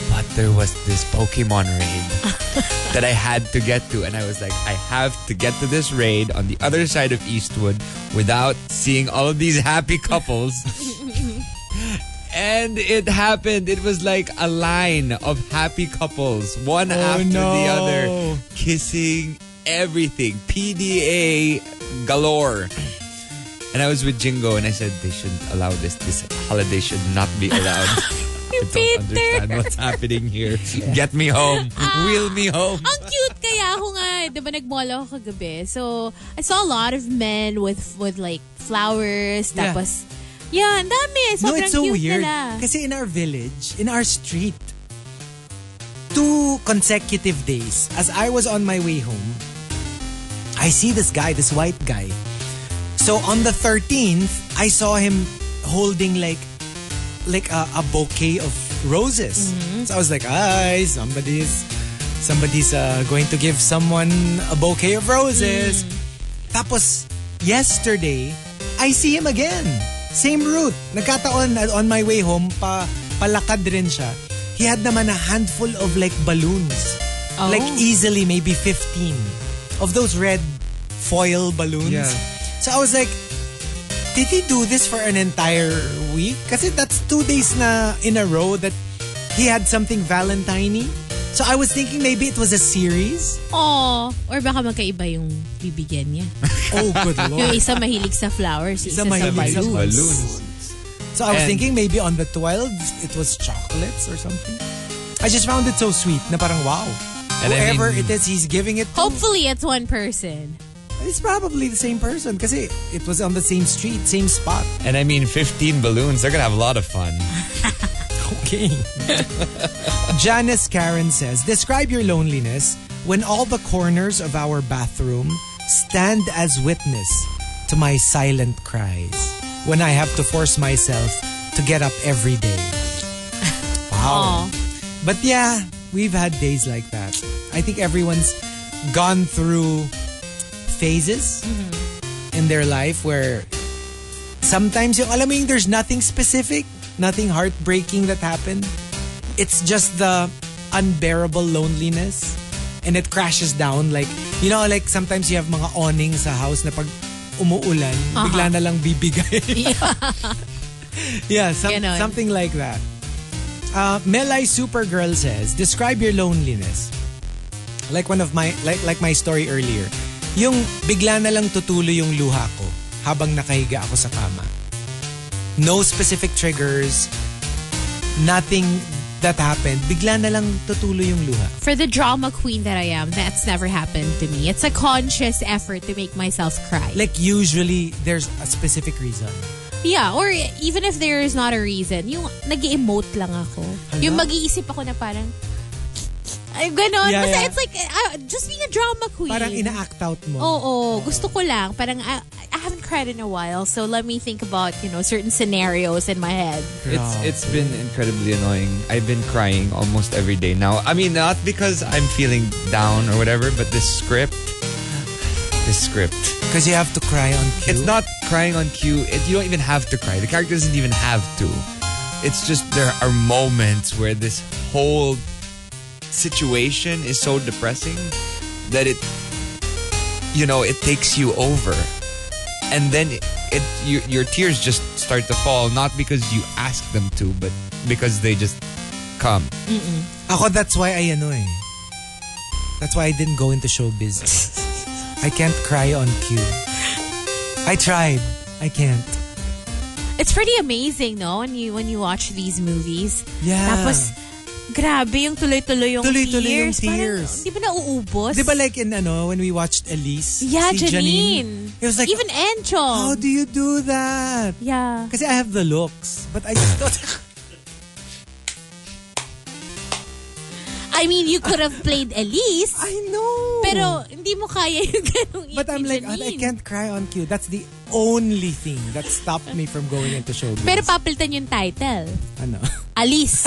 C: But there was this Pokemon raid that I had to get to and I was like, I have to get to this raid on the other side of Eastwood without seeing all of these happy couples. And it happened. It was like a line of happy couples, one after the
A: no.
C: other, kissing everything. PDA galore. And I was with Jingo and I said, they shouldn't allow this. This holiday should not be allowed. I don't
B: Peter.
C: understand what's happening here. Get me home. Wheel me home.
B: Ang cute kaya ako nga, eh. diba nag-mall ako kagabi. So, I saw a lot of men with with like flowers,
A: Yeah.
B: tapos, yeah, ang dami. eh,
A: no,
B: Sobrang
A: it's so
B: cute
A: weird.
B: nila.
A: Kasi in our village, in our street, two consecutive days, as I was on my way home, I see this guy, this white guy. So on the 13th, I saw him holding like like a, a bouquet of roses.
B: Mm-hmm.
A: So I was like, "Ay, somebody's somebody's uh, going to give someone a bouquet of
B: Mm.
A: roses." Tapos, yesterday, I see him again. Same route. Nagkataon, uh, on my way home, pa, palakad rin siya. He had naman a handful of like balloons.
B: Oh.
A: Like easily maybe 15 of those red foil balloons.
C: Yeah.
A: So I was like, did he do this for an entire week? Kasi that's two days na in a row that he had something valentine So I was thinking maybe it was a series.
B: Oh, or baka magkaiba yung bibigyan niya.
A: Oh, good
B: Yung
A: lord.
B: isa mahilig sa flowers, yung isa,
A: Isa mahilig
B: sa
A: sa
B: balloons.
C: Balloons.
A: So I was
C: And-
A: thinking maybe on the 12th it was chocolates or something. I just found it so sweet na parang wow.
C: And I
A: Whoever
C: mean-
A: it is, he's giving it to.
B: Hopefully, it's one person.
A: It's probably the same person kasi it was on the same street, same spot.
C: And I mean, 15 balloons. They're going to have a lot of fun.
A: Okay. Janice Karen says, describe your loneliness when all the corners of our bathroom stand as witness to my silent cries when I have to force myself to get up every day. Wow. But yeah, we've had days like that. I think everyone's gone through phases in their life where sometimes yung alam mo yung there's nothing specific, nothing heartbreaking that happened. It's just the unbearable loneliness and it crashes down like you know like sometimes you have mga awning sa house na pag umuulan bigla na lang bibigay. yeah, some-
B: Ganon.
A: something like that. Uh, Melai Supergirl says, describe your loneliness. Like one of my like like my story earlier. Yung bigla na lang tutuloy yung luha ko habang nakahiga ako sa kama. No specific triggers. Nothing that happened. Bigla na lang tutuloy yung luha.
B: For the drama queen that I am, that's never happened to me. It's a conscious effort to make myself cry.
A: Like usually there's a specific reason.
B: Yeah, or even if there is not a reason, yung nag emote lang ako. Yung mag-iisip ako na parang, ay, ganon.
A: Yeah,
B: Basta
A: yeah.
B: it's like, uh, just being uh, a drama queen.
A: Parang ina-act out mo.
B: Oo, gusto ko lang. Parang, ah, I haven't cried in a while, so let me think about, you know, certain scenarios in my head.
C: It's it's been incredibly annoying. I've been crying almost every day now. I mean, not because I'm feeling down or whatever, but this script, this script.
A: Because you have to cry on cue.
C: It's not crying on cue. It, you don't even have to cry. The character doesn't even have to. It's just there are moments where this whole situation is so depressing that it, you know, it takes you over, and then it, it your, your tears just start to fall not because you ask them to, but because they just come.
A: Ako, that's why I ano eh. That's why I didn't go into show business. I can't cry on cue. I tried. I can't.
B: It's pretty amazing, no? When you when you watch these movies.
A: Yeah.
B: Tapos, grabe yung tuloy-tuloy yung
A: Tuloy-tuloy yung
B: tears. Parang,
A: tears.
B: di ba nauubos?
A: Di ba like in ano, when we watched Elise?
B: Yeah,
A: si
B: Janine.
A: It was like,
B: Even Encho.
A: how do you do that?
B: yeah.
A: Kasi I have the looks. But I just don't.
B: I mean, you could have played Elise,
A: I know.
B: pero hindi mo kaya yung ganung
A: Oh. But
B: yung
A: I'm
B: si
A: like,
B: Janine.
A: I can't cry on cue. That's the only thing that stopped me from going into showbiz.
B: Pero papalitan yung title.
A: ano?
B: Alice.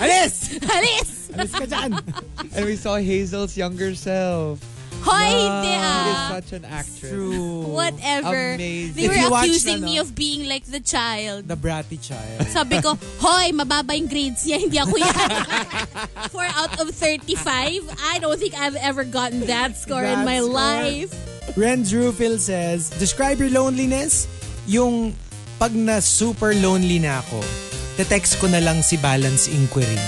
A: Alis!
B: Alice!
A: Alis ka dyan!
C: And we saw Hazel's younger self.
B: Hoy, hindi
C: She is
B: ah.
C: such an actress.
A: True.
B: Whatever.
C: Amazing.
B: They
A: If you
B: were
A: watch
B: accusing
A: na,
B: me
A: no?
B: of being like the child.
A: The bratty child.
B: Sabi ko, hoy, mababa yung grades niya. Hindi ako yan. 4 out of 35. I don't think I've ever gotten that score in
A: That
B: my
A: score.
B: life.
A: Ren Drewfield says, Describe your loneliness. Yung pag na super lonely na ako, te-text ko na lang si Balance Inquiry.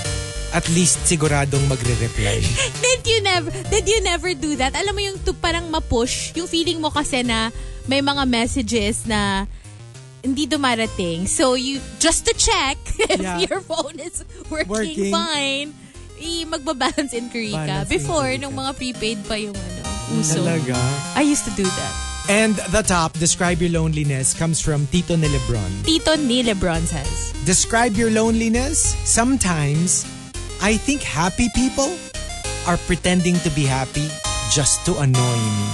A: At least siguradong magre-reply.
B: Did you never did you never do that? Alam mo yung to parang ma-push, yung feeling mo kasi na may mga messages na hindi dumarating. So you just to check if
A: Yeah.
B: your phone is working,
A: Working.
B: fine, i magba-balance in Kurika.
A: Balance in
B: Before
A: Kurika.
B: nung mga prepaid pa yung ano, uso.
A: Talaga.
B: I used to do that.
A: And the top, Describe your loneliness, comes from Tito ni Lebron.
B: Tito ni Lebron says,
A: Describe your loneliness. Sometimes, I think happy people are pretending to be happy just to annoy me.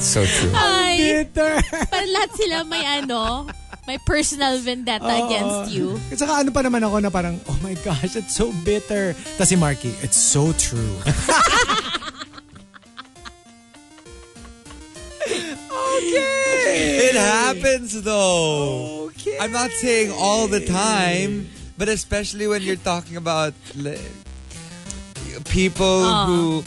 C: So true.
B: Ay,
A: Bitter!
B: parang lahat sila may ano, may personal vendetta against you.
A: At saka ano pa naman ako na parang, oh my gosh, it's so bitter. Tapos si Marky, it's so true.
C: It happens though.
A: Okay.
C: I'm not saying all the time, but especially when you're talking about li- people who.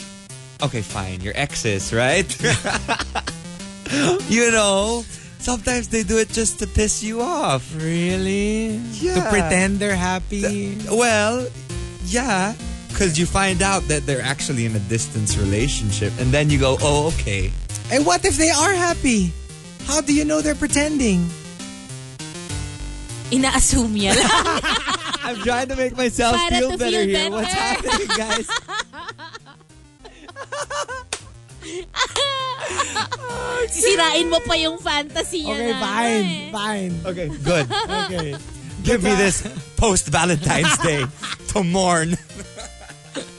C: Okay, fine, your exes, right? you know, sometimes they do it just to piss you off.
A: really? To
C: Yeah.
A: pretend they're happy?
C: Well, yeah, because you find out that they're actually in a distance relationship, and then you go, oh, okay.
A: And what if they are happy? How do you know they're pretending?
B: Ina-assume niya lang.
C: I'm trying to make myself
B: Para
C: feel
B: to
C: better
B: feel
C: here.
B: better.
C: What's happening, guys?
B: Sisirain mo pa yung fantasy niya
A: Okay,
B: na.
A: fine,
B: ano eh.
A: fine.
C: Okay, good.
A: Okay.
C: Give me this post Valentine's Day to mourn.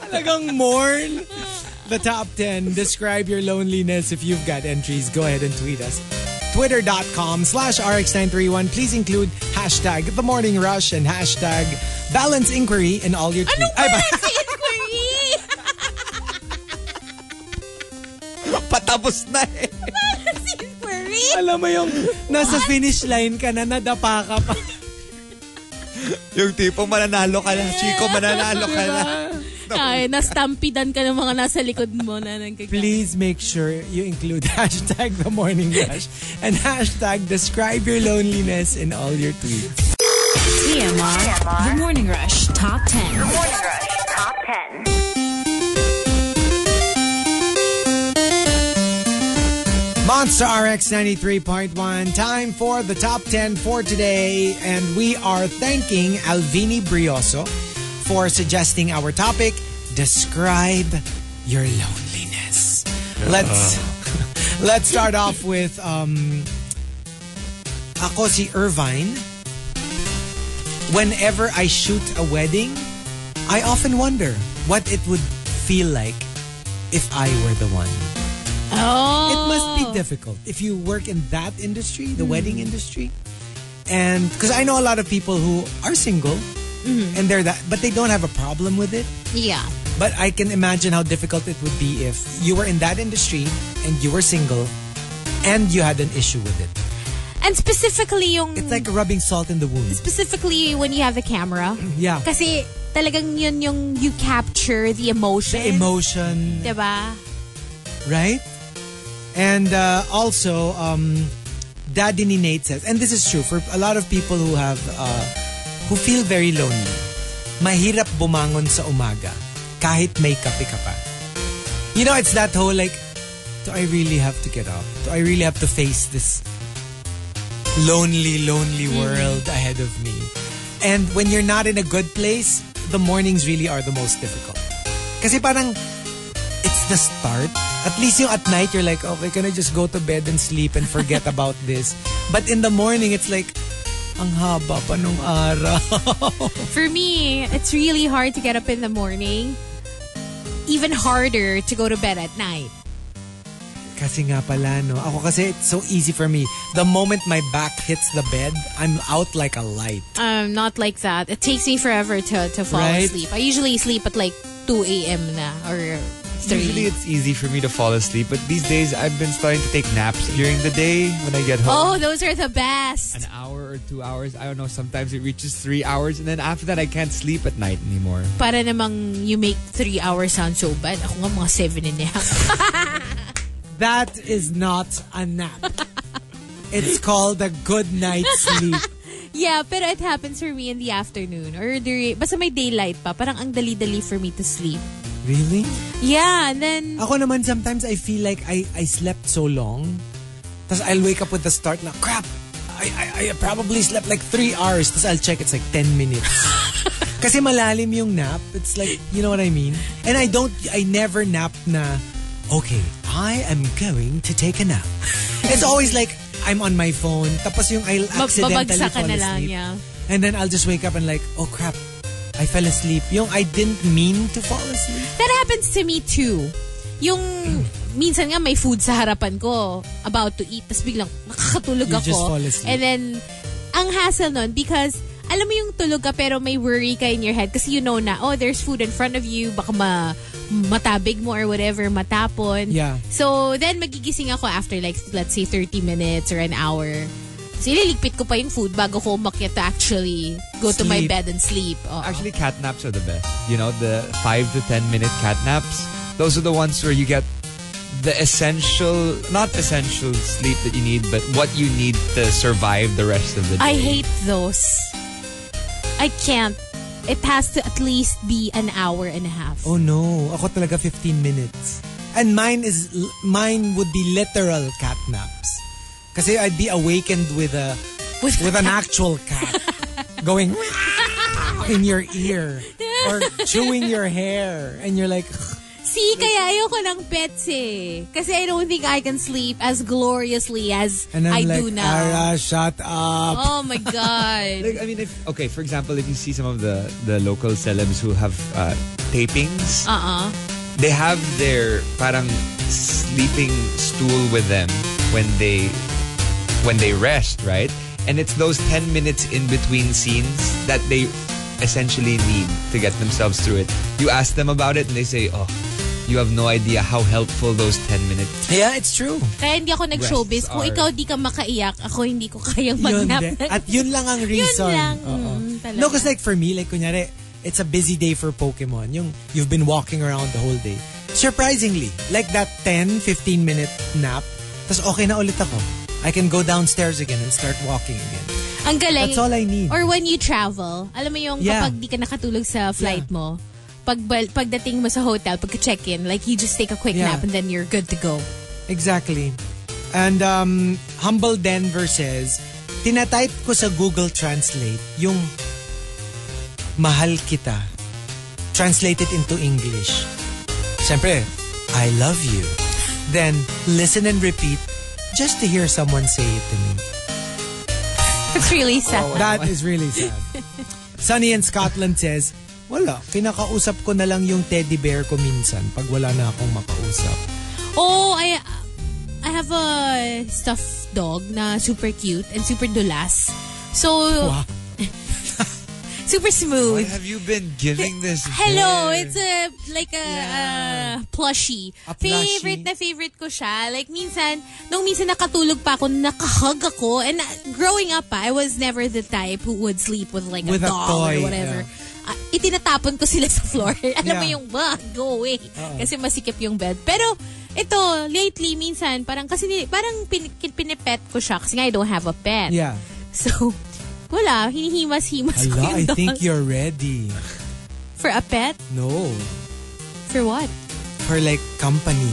A: Talagang mourn. The top 10. Describe your loneliness if you've got entries. Go ahead and tweet us. Twitter.com slash RX931. Please include hashtag The Morning Rush and hashtag Balance Inquiry in all your tweets. Ay, ba-
B: Fantasy inquiry!
C: Patapos na eh.
B: Fantasy inquiry!
A: alam mo yung nasa finish line ka na, nadapa ka pa.
C: Yung tipong mananalo ka na, Chico, mananalo ka na.
B: Ay, nastampidan ka ng mga nasa likod mo na nagkaka-
A: Please make sure you include hashtag The Morning Rush and hashtag Describe your loneliness in all your tweets.
D: TMR, The Morning Rush Top 10.
H: Morning Rush Top 10.
A: Monster RX 93.1, time for the top 10 for today. And we are thanking Alvini Brioso for suggesting our topic Describe Your Loneliness. Let's let's start off with um Ako si Irvine. Whenever I shoot a wedding, I often wonder what it would feel like if I were the one.
B: Oh.
A: It must be difficult if you work in that industry, the wedding industry. And because I know a lot of people who are single and they're that, but they don't have a problem with it.
B: Yeah.
A: But I can imagine how difficult it would be if you were in that industry and you were single and you had an issue with it.
B: And specifically yung...
A: It's like rubbing salt in the wound.
B: Specifically when you have the camera.
A: Yeah.
B: Kasi talagang yun yung you capture the emotion.
A: The emotion,
B: Diba?
A: right? And uh, also, um, Daddy ni Nate says, and this is true for a lot of people who have, uh, who feel very lonely. Mahirap bumangon sa umaga kahit may kape ka pa. You know, it's that whole like, do I really have to get up? Do I really have to face this lonely, lonely world ahead of me? And when you're not in a good place, the mornings really are the most difficult. Kasi parang it's the start. At least yung at night, you're like, okay, can I just go to bed and sleep and forget about this? But in the morning, it's like, ang haba pa nung araw.
B: For me, it's really hard to get up in the morning. Even harder to go to bed at night.
A: kasi nga pala, no? Ako kasi, it's so easy for me. The moment my back hits the bed, I'm out like a light.
B: Um, not like that. It takes me forever to, to fall
A: Right?
B: asleep. I usually sleep at like 2 a.m. na or 3.
C: Usually it's easy for me to fall asleep, but these days I've been starting to take naps during the day when I get home.
B: oh, those are the best.
C: An hour or two hours. I don't know. Sometimes it reaches three hours, and then after that I can't sleep at night anymore.
B: Para namang you make 3 hours sound so bad. Ako nga mga 7 and a half.
A: That is not a nap. it's called a good night's sleep.
B: yeah, pero it happens for me in the afternoon or during, basta may daylight pa. Parang ang dali-dali for me to sleep.
A: Really?
B: Yeah, and then...
A: Ako naman, sometimes I feel like I, I slept so long. Tapos I'll wake up with the start na, crap! I, I, I probably slept like three hours. Tapos I'll check, it's like 10 minutes. Kasi malalim yung nap. It's like, you know what I mean? And I don't, I never nap na, okay, I am going to take a nap. It's always like, I'm on my phone. Tapos yung I'll
B: Mag-
A: accidentally
B: babagsak ka
A: fall
B: na lang,
A: asleep.
B: yeah.
A: And then I'll just wake up and like, oh crap, I fell asleep. Yung I didn't mean to fall asleep.
B: That happens to me too. Yung minsan nga may food sa harapan ko about to eat tapos biglang nakakatulog
A: You
B: ako.
A: just fall asleep.
B: And then ang hassle nun because alam mo yung tulog ka pero may worry ka in your head kasi you know na oh there's food in front of you baka ma matabig mo or whatever matapon.
A: Yeah.
B: So then magigising ako after like let's say 30 minutes or an hour. So ililigpit ko pa yung food bago ko umakyat to actually go to my
A: Sleep.
B: bed and sleep. Oo.
C: Actually, cat naps are the best. You know, the five to ten minute cat naps. Those are the ones where you get the essential, not essential sleep that you need, but what you need to survive the rest of the day.
B: I hate those. I can't. It has to at least be an hour and a half.
A: Oh no, ako talaga 15 minutes. And mine is mine would be literal cat naps. Kasi I'd be awakened with a with,
B: With
A: an actual cat going in your ear or chewing your hair and you're like
B: See, kaya ayoko ng pets eh. Kasi I don't think I can sleep as gloriously as
A: and
B: I
A: I'm like uh,
B: do now.
A: Ara, shut up.
B: Oh my God.
C: Like, I mean, if okay, for example, if you see some of the the local celebs who have uh, tapings,
B: Uh-uh.
C: they have their parang sleeping stool with them when they when they rest, right? And it's those ten minutes in between scenes that they essentially need to get themselves through it. You ask them about it, and they say, "Oh, you have no idea how helpful those ten minutes."
A: Yeah, it's true.
B: Kaya hindi ako
C: Rests
B: nag-showbiz. Kung
C: are-
B: ikaw di ka makaiyak, ako hindi ko kayang
A: Yun
B: magnap.
A: din. At yun lang ang reason.
B: lang.
A: Oo.
B: Mm, talaga.
A: no, because like for me, like kunyari, it's a busy day for Pokemon. Yung you've been walking around the whole day. Surprisingly, like that 10, 15 minute nap, tas okay na ulit ako. I can go downstairs again and start walking again.
B: Ang galing.
A: That's all I need.
B: Or when you travel. Alam mo yung
A: Yeah.
B: kapag di ka nakatulog sa flight mo, pag pagdating mo sa hotel, pagka-check-in, like you just take a quick
A: Yeah.
B: nap and then you're good to go.
A: Exactly. And um, Humble Denver says, tinatype ko sa Google Translate yung mahal kita. Translate it into English. Siyempre, I love you. Then, listen and repeat just to hear someone say it to me.
B: It's really sad.
A: Oh, That is really sad. Sunny in Scotland says, Wala. Kinakausap ko na lang yung teddy bear ko minsan pag wala na akong makausap.
B: Oh, I I have a stuffed dog na super cute and super dulas. So,
A: Wow.
B: super smooth.
C: What have you been giving this?
B: Hello,
C: bear?
B: it's a like a uh, plushie.
A: A plushie.
B: Favorite na favorite ko siya. Like minsan, nung minsan nakatulog pa ako, nakahug ako. And uh, growing up pa, I was never the type who would sleep with like
A: With
B: a
A: a
B: dog
A: toy,
B: or whatever. Ah, itinatapon ko sila sa floor. Alam mo
A: Yeah.
B: yung, bah, go away. Kasi masikip yung bed. Pero, ito, lately, minsan, parang, kasi, ni- parang pin, pinipet ko siya. Kasi nga, I don't have a pet.
A: Yeah.
B: So, wala, hinihimas-himas ko
A: Hala,
B: yung
A: I
B: dog.
A: think you're ready.
B: For a pet?
A: No.
B: For what?
A: For like company.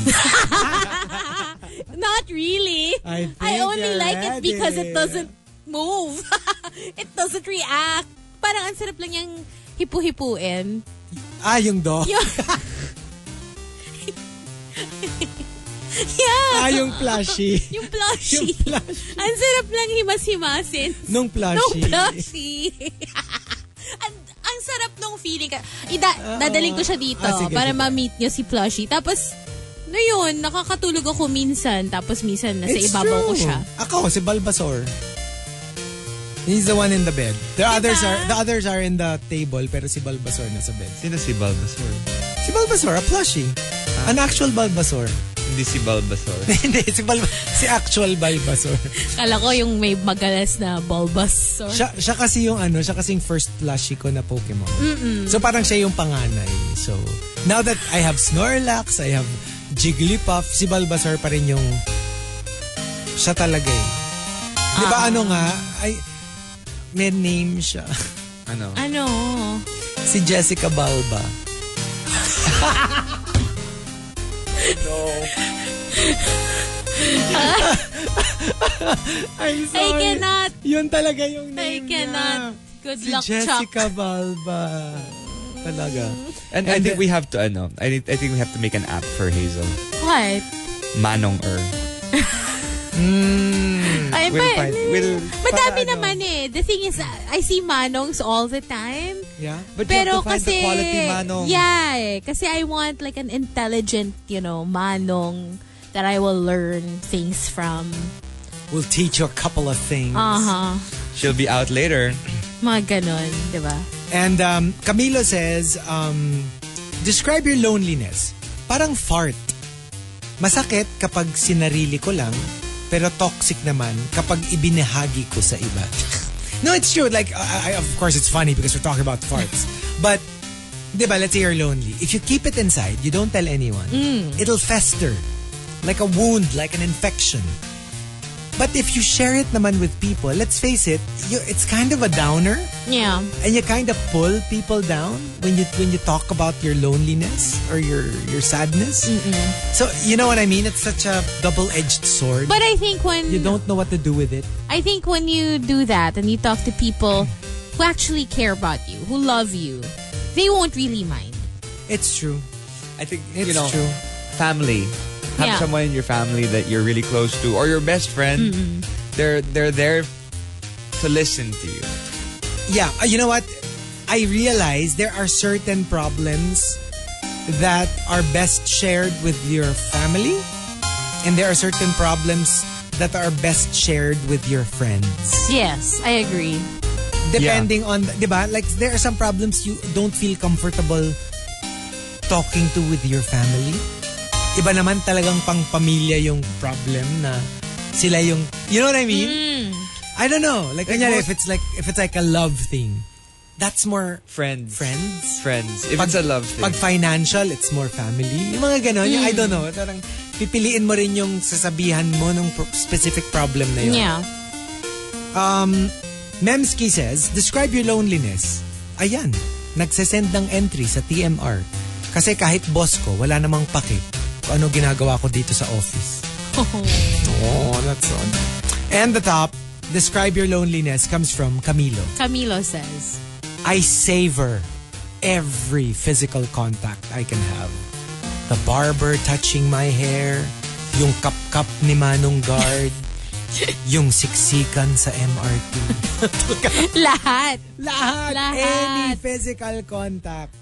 B: Not really.
A: I think
B: only
A: you're
B: like it because it
A: ready.
B: doesn't move. it doesn't react. Parang ang sarap lang yung hipu-hipuin.
A: ah, yung dog.
B: Yung... yeah.
A: Ah, yung plushie.
B: Yung
A: yung
B: plushie.
A: plushie.
B: ang sarap lang himas-himasin. Nung
A: Nung plushie.
B: plushie. ang, ang sarap nung feeling. ka- Ida, dadaling ko siya dito
A: Ah, sige,
B: para
A: sige.
B: ma-meet niyo si plushie. Tapos, na yun, nakakatulog ako minsan. Tapos minsan, nasa
A: It's
B: ibabaw ko
A: true.
B: siya.
A: Ako, si Balbasaur. He's the one in the bed. The
B: Diba?
A: others are the others are in the table pero si Balbasaur nasa bed.
C: Sino si Bulbasaur?
A: Si Balbasaur, a plushie. An actual Balbasaur.
C: Hindi si Bulbasaur.
A: Hindi, si, Balba, si actual Balbasaur.
B: Kala ko yung may magalas na Bulbasaur.
A: siya, siya kasi yung ano, siya kasing first plushie ko na Pokemon. So parang siya yung panganay. So now that I have Snorlax, I have Jigglypuff, si Bulbasaur pa rin yung siya talaga eh. Di
B: Ah.
A: ba ano nga, ay, may name siya.
C: ano?
B: Ano?
A: si Jessica Balba. no. I'm
B: I
A: sorry.
B: cannot.
A: Yun talaga yung
B: I
A: name
B: cannot.
A: niya.
B: Good
A: Si
B: luck, Chuck.
A: Jessica Balba. Talaga.
C: And, I think we have to, ano, I, think- I think we have to make an app for Hazel.
B: What?
C: Manong Er.
B: Mm.
A: Hmm.
B: Ay,
C: We'll
B: but,
C: find, we'll,
B: madami
C: para, ano,
B: naman eh. The thing is, I see Manongs all the time.
A: Yeah?
C: But you
B: Pero
C: have to find
B: kasi,
C: the quality Manong.
B: yeah eh. Kasi I want like an intelligent, you know, Manong that I will learn things from.
A: We'll teach you a couple of things.
B: Aha.
C: She'll be out later.
B: Mga ganon, di ba?
A: And um, Camilo says, um, describe your loneliness. Parang fart. Masakit kapag sinarili ko lang, pero toxic naman kapag ibinahagi ko sa iba. no, it's true. Like, I, I- of course, it's funny because we're talking about farts. But, di ba, let's say you're lonely. If you keep it inside, you don't tell anyone, it'll fester. Like a wound, like an infection. But if you share it naman with people, let's face it, you, it's kind of a downer
B: Yeah.
A: and you kind of pull people down when you when you talk about your loneliness or your your sadness. So you know what I mean? It's such a double-edged sword.
B: But I think when...
A: you don't know what to do with it.
B: I think when you do that and you talk to people who actually care about you, who love you, they won't really mind.
A: It's true.
C: I think,
A: It's
C: you know,
A: true.
C: family. Have
B: Yeah.
C: someone in your family that you're really close to or your best friend.
B: Mm-hmm.
C: They're they're there to listen to you.
A: Yeah, uh, you know what? I realize there are certain problems that are best shared with your family and there are certain problems that are best shared with your friends.
B: Yes, I agree.
A: depending on, di ba? Like, there are some problems you don't feel comfortable talking to with your family. Iba naman talagang pang pamilya yung problem na sila yung, you know what I mean? I don't know. Like, kanyari, if it's like, if it's like a love thing, that's more
C: Friends.
A: friends.
C: Friends. If it's a love thing.
A: Pag financial, it's more family. Yung mga ganon, yung I don't know. Parang pipiliin mo rin yung sasabihan mo ng pro- specific problem na yun.
B: Yeah.
A: Um, Memski says, describe your loneliness. Ayan, nagsesend ng entry sa TMR. Kasi kahit boss ko, wala namang pake kung ano ginagawa ko dito sa office. Oh, that's on. And the top, describe your loneliness comes from Camilo.
B: Camilo says.
A: I savor every physical contact I can have. The barber touching my hair, yung kap-kap ni Manong Guard, Yung siksikan sa MRT.
B: Lahat.
A: Lahat.
B: Lahat.
A: Any physical contact.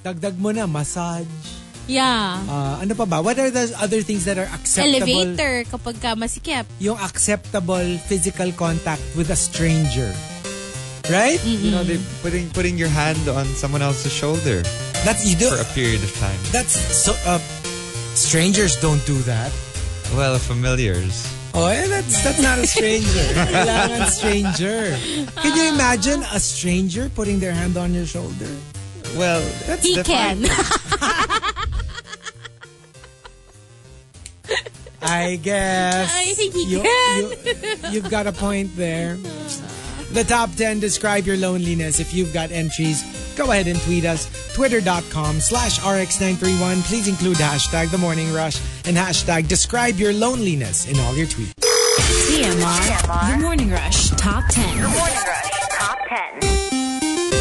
A: Dagdag mo na, massage.
B: Yeah.
A: Ah, ano pa ba? What are the other things that are acceptable?
B: Elevator kapag ka masikip.
A: Yung acceptable physical contact with a stranger. Right?
B: Mm.
C: You know, they putting putting your hand on someone else's shoulder
A: That's, you do,
C: for a period of time.
A: that's, so, uh, strangers don't do that.
C: Well, familiars.
A: Oh, eh, that's that's not a stranger. Kailangan stranger. Can you imagine a stranger putting their hand on your shoulder?
C: Well, that's
B: He
C: different.
B: can.
A: I guess.
B: I think he
A: you,
B: can.
A: You, have got a point there. The top 10 describe your loneliness. If you've got entries, go ahead and tweet us. Twitter.com slash RX931. Please include hashtag The Morning Rush and hashtag describe your loneliness in all your tweets.
D: TMR. E The Morning Rush Top 10.
H: Morning Rush Top 10.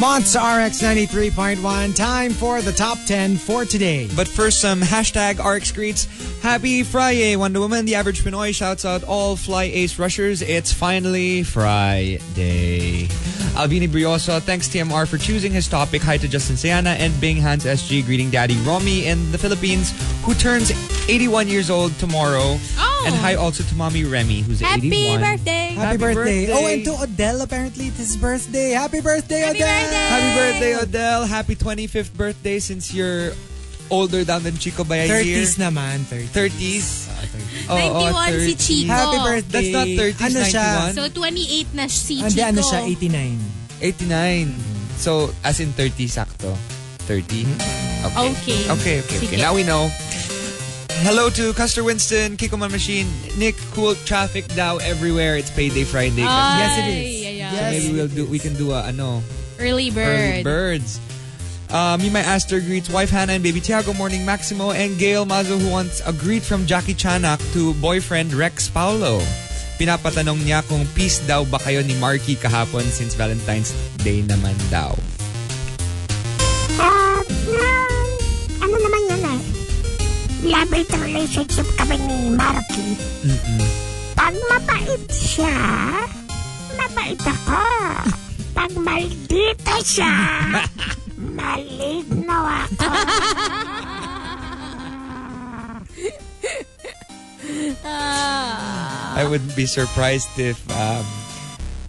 A: Monts RX 93.1. Time for the top 10 for today.
C: But first, some hashtag RX greets. Happy Friday, Wonder Woman. The average Pinoy shouts out all Fly Ace rushers. It's finally Friday. Albini Brioso, thanks TMR for choosing his topic. Hi to Justin Sayana and Bing Hans SG greeting Daddy Romy in the Philippines, who turns 81 years old tomorrow.
B: Oh.
C: And hi also to Mommy Remy, who's
B: Happy
C: 81.
B: birthday.
A: Happy,
C: Happy
A: birthday.
C: birthday.
A: Oh, and to Odell, apparently it's his birthday. Happy birthday,
B: Happy
A: Odell!
B: birthday.
C: Happy birthday, Odell. Happy 25th birthday since you're older down than Chico by a year.
A: 30s naman, 30s.
C: 30s. Oo,
B: 91 si
C: 30s.
B: Chico.
A: Happy birthday.
C: That's not 30s,
A: Ano siya?
C: 91.
B: So, 28 na si
A: Hindi,
B: Chico.
A: ano siya, 89.
C: 89. So, as in 30 sakto. 30? Okay.
B: Okay.
C: Okay, okay, okay.
B: Sige.
C: Now we know. Hello to Custer Winston, Kikoman Machine, Nick, cool traffic now everywhere. It's payday Friday.
B: Ay,
A: Yes, it is.
B: ay, ay.
A: Yes,
C: Maybe we'll do, we can do a, ano,
B: Early
C: early
B: bird.
C: birds. Um, you might ask her greets wife Hannah and baby Tiago, morning Maximo, and Gail Mazo who wants a greet from Jackie Chanak to boyfriend Rex Paulo. Pinapatanong niya kung peace daw ba kayo ni Marky kahapon since Valentine's Day naman daw.
E: Ah, ah, ano naman yan eh? Labit na relationship kami ni Marky. Pag mabait siya, mabait ako. Pag maldita siya, malignaw ako.
B: Ah.
C: I would be surprised if um,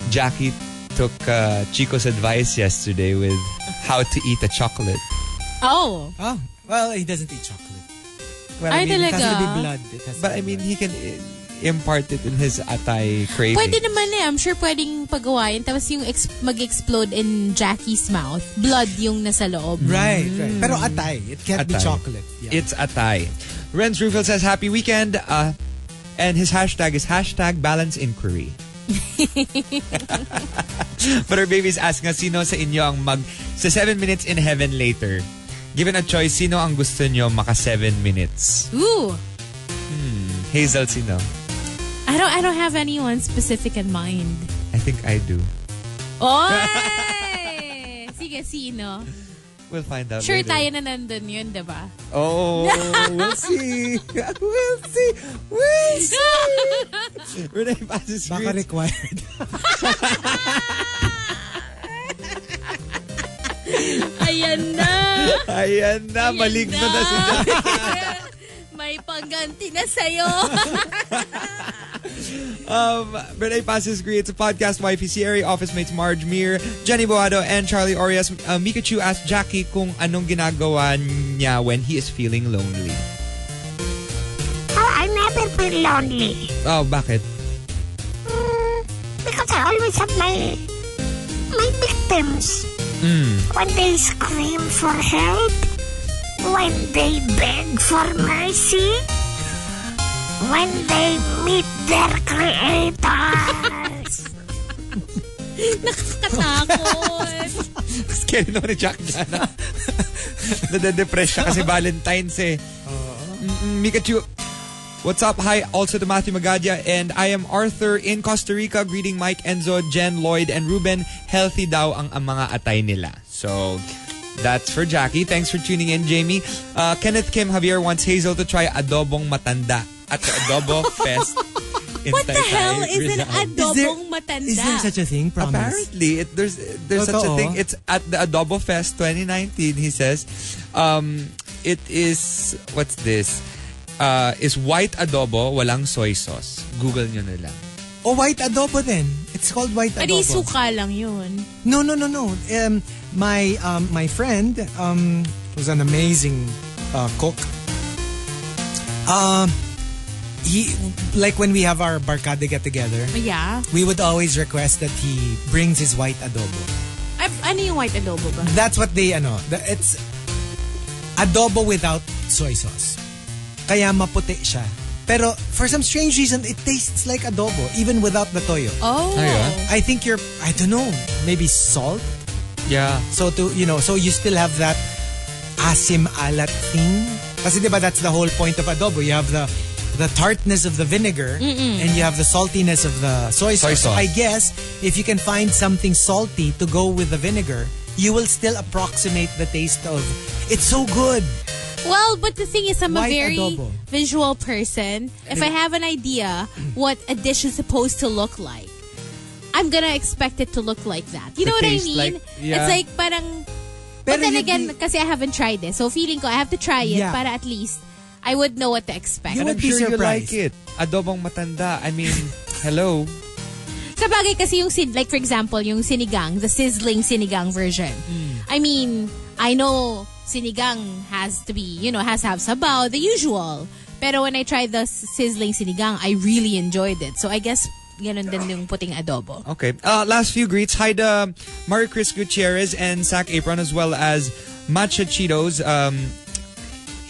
C: Jackie took uh, Chico's advice yesterday with how to eat a chocolate.
B: Oh.
A: Oh, well, he doesn't eat chocolate. Well,
B: Ay,
A: I mean, it has
B: talaga?
A: to be blood. It has to
C: But
A: be
C: I mean,
A: blood.
C: he can i- impart it in his atay craving.
B: Pwede naman eh. I'm sure pwedeng pagawain. Tapos yung ex- mag-explode in Jackie's mouth. Blood yung nasa loob.
A: Right, right.
B: Hmm.
A: Pero atay. It can't be
C: Atay.
A: chocolate. Yeah.
C: It's atay. Renz Rufil says, Happy weekend. Uh, and his hashtag is hashtag balance inquiry. but our baby's asking us, sino sa inyo ang mag sa 7 minutes in heaven later? Given a choice, sino ang gusto nyo maka 7 minutes?
B: Ooh.
C: Hazel, sino?
B: I don't, I don't have anyone specific in mind.
C: I think I do.
B: Oy! Sige, sino?
C: We'll find out
B: Sure tayo
C: later.
B: na nandun yun, diba?
C: Oh, we'll see. we'll see. We'll see. Renee passes
A: Baka
C: greets.
A: required.
B: Ayan na!
C: Ayan na, maligno na si Jack.
B: May pangganti na sa'yo.
C: Um, Renee Passes Greets, podcast wifey Sierra, office mates Marge Mir, Jenny boado and Charlie Orias. Uh, Mikachu asked Jackie kung anong ginagawa niya when he is feeling lonely.
E: Oh, I never feel lonely.
C: Oh, bakit?
E: Mm, because I always have my my victims. When they scream for help, when they beg for mercy, when they meet their creators.
B: Katakot.
C: Scary naman ni Jack dyan. ah. Nade-depress siya kasi Valentine's eh. Mm-mm, Mikachu, What's up? Hi also to Matthew Magadia and I am Arthur in Costa Rica greeting Mike, Enzo, Jen, Lloyd, and Ruben. Healthy daw ang ang mga atay nila. So, That's for Jackie. Thanks for tuning in, Jamie. Uh, Kenneth Kim Javier wants Hazel to try adobong matanda at the Adobo Fest in
B: What the
C: Taytay,
B: hell is an
C: Rizal.
A: Is there-
B: adobong matanda?
A: Is there such a thing? Promise.
C: Apparently, it, there's there's such a
A: Totoo.
C: thing. It's at the Adobo Fest 2019. He says, um, it is what's this? Uh, is white adobo walang soy sauce? Google nyo na lang.
A: Oh, white adobo then. It's called white adobo.
B: Adi, suka lang yun.
A: No, no, no, no. Um, my um, my friend um, was an amazing uh, cook. Um, he like when we have our barkada get together,
B: Yeah.
A: we would always request that he brings his white adobo.
B: Ay, ano yung white adobo ba?
A: That's what they ano. the- It's adobo without soy sauce. Kaya maputi siya. Pero for some strange reason, it tastes like adobo even without the toyo.
B: Oh.
C: Ayun.
A: I think you're I don't know maybe salt
C: Yeah.
A: So to you know, so you still have that asim alat thing. Kasi 'di ba that's the whole point of adobo. You have the the tartness of the vinegar and you have the saltiness of the soy
C: Soy
A: sauce. So
C: sauce.
A: I guess if you can find something salty to go with the vinegar, you will still approximate the taste of it's so good.
B: Well, but the thing is, I'm a
A: White
B: very
A: adobo.
B: visual person. If I have an idea what a dish is supposed to look like, I'm gonna expect it to look like that.
C: To
B: You know what I
C: taste
B: mean?
C: like- yeah.
B: It's like parang.
A: Pero
B: but then
A: you'd
B: again,
A: be-
B: kasi I haven't tried it, so feeling ko I have to try it
A: Yeah.
B: para at least I would know what to expect.
A: You
C: And
A: would
C: I'm
A: be
C: sure you
A: surprised.
C: like it. Adobong matanda. I mean, hello.
B: Sabagay kasi yung, sin- like for example, yung sinigang, the sizzling sinigang version. I mean, I know sinigang has to be, you know, has to have sabaw, the usual. Pero when I tried the s- sizzling sinigang, I really enjoyed it. So I guess, ganun din yung puting adobo.
C: Okay. Uh, last few greets. Hi to Mario Chris Gutierrez and Sack Apron, as well as Matcha Cheetos. Um,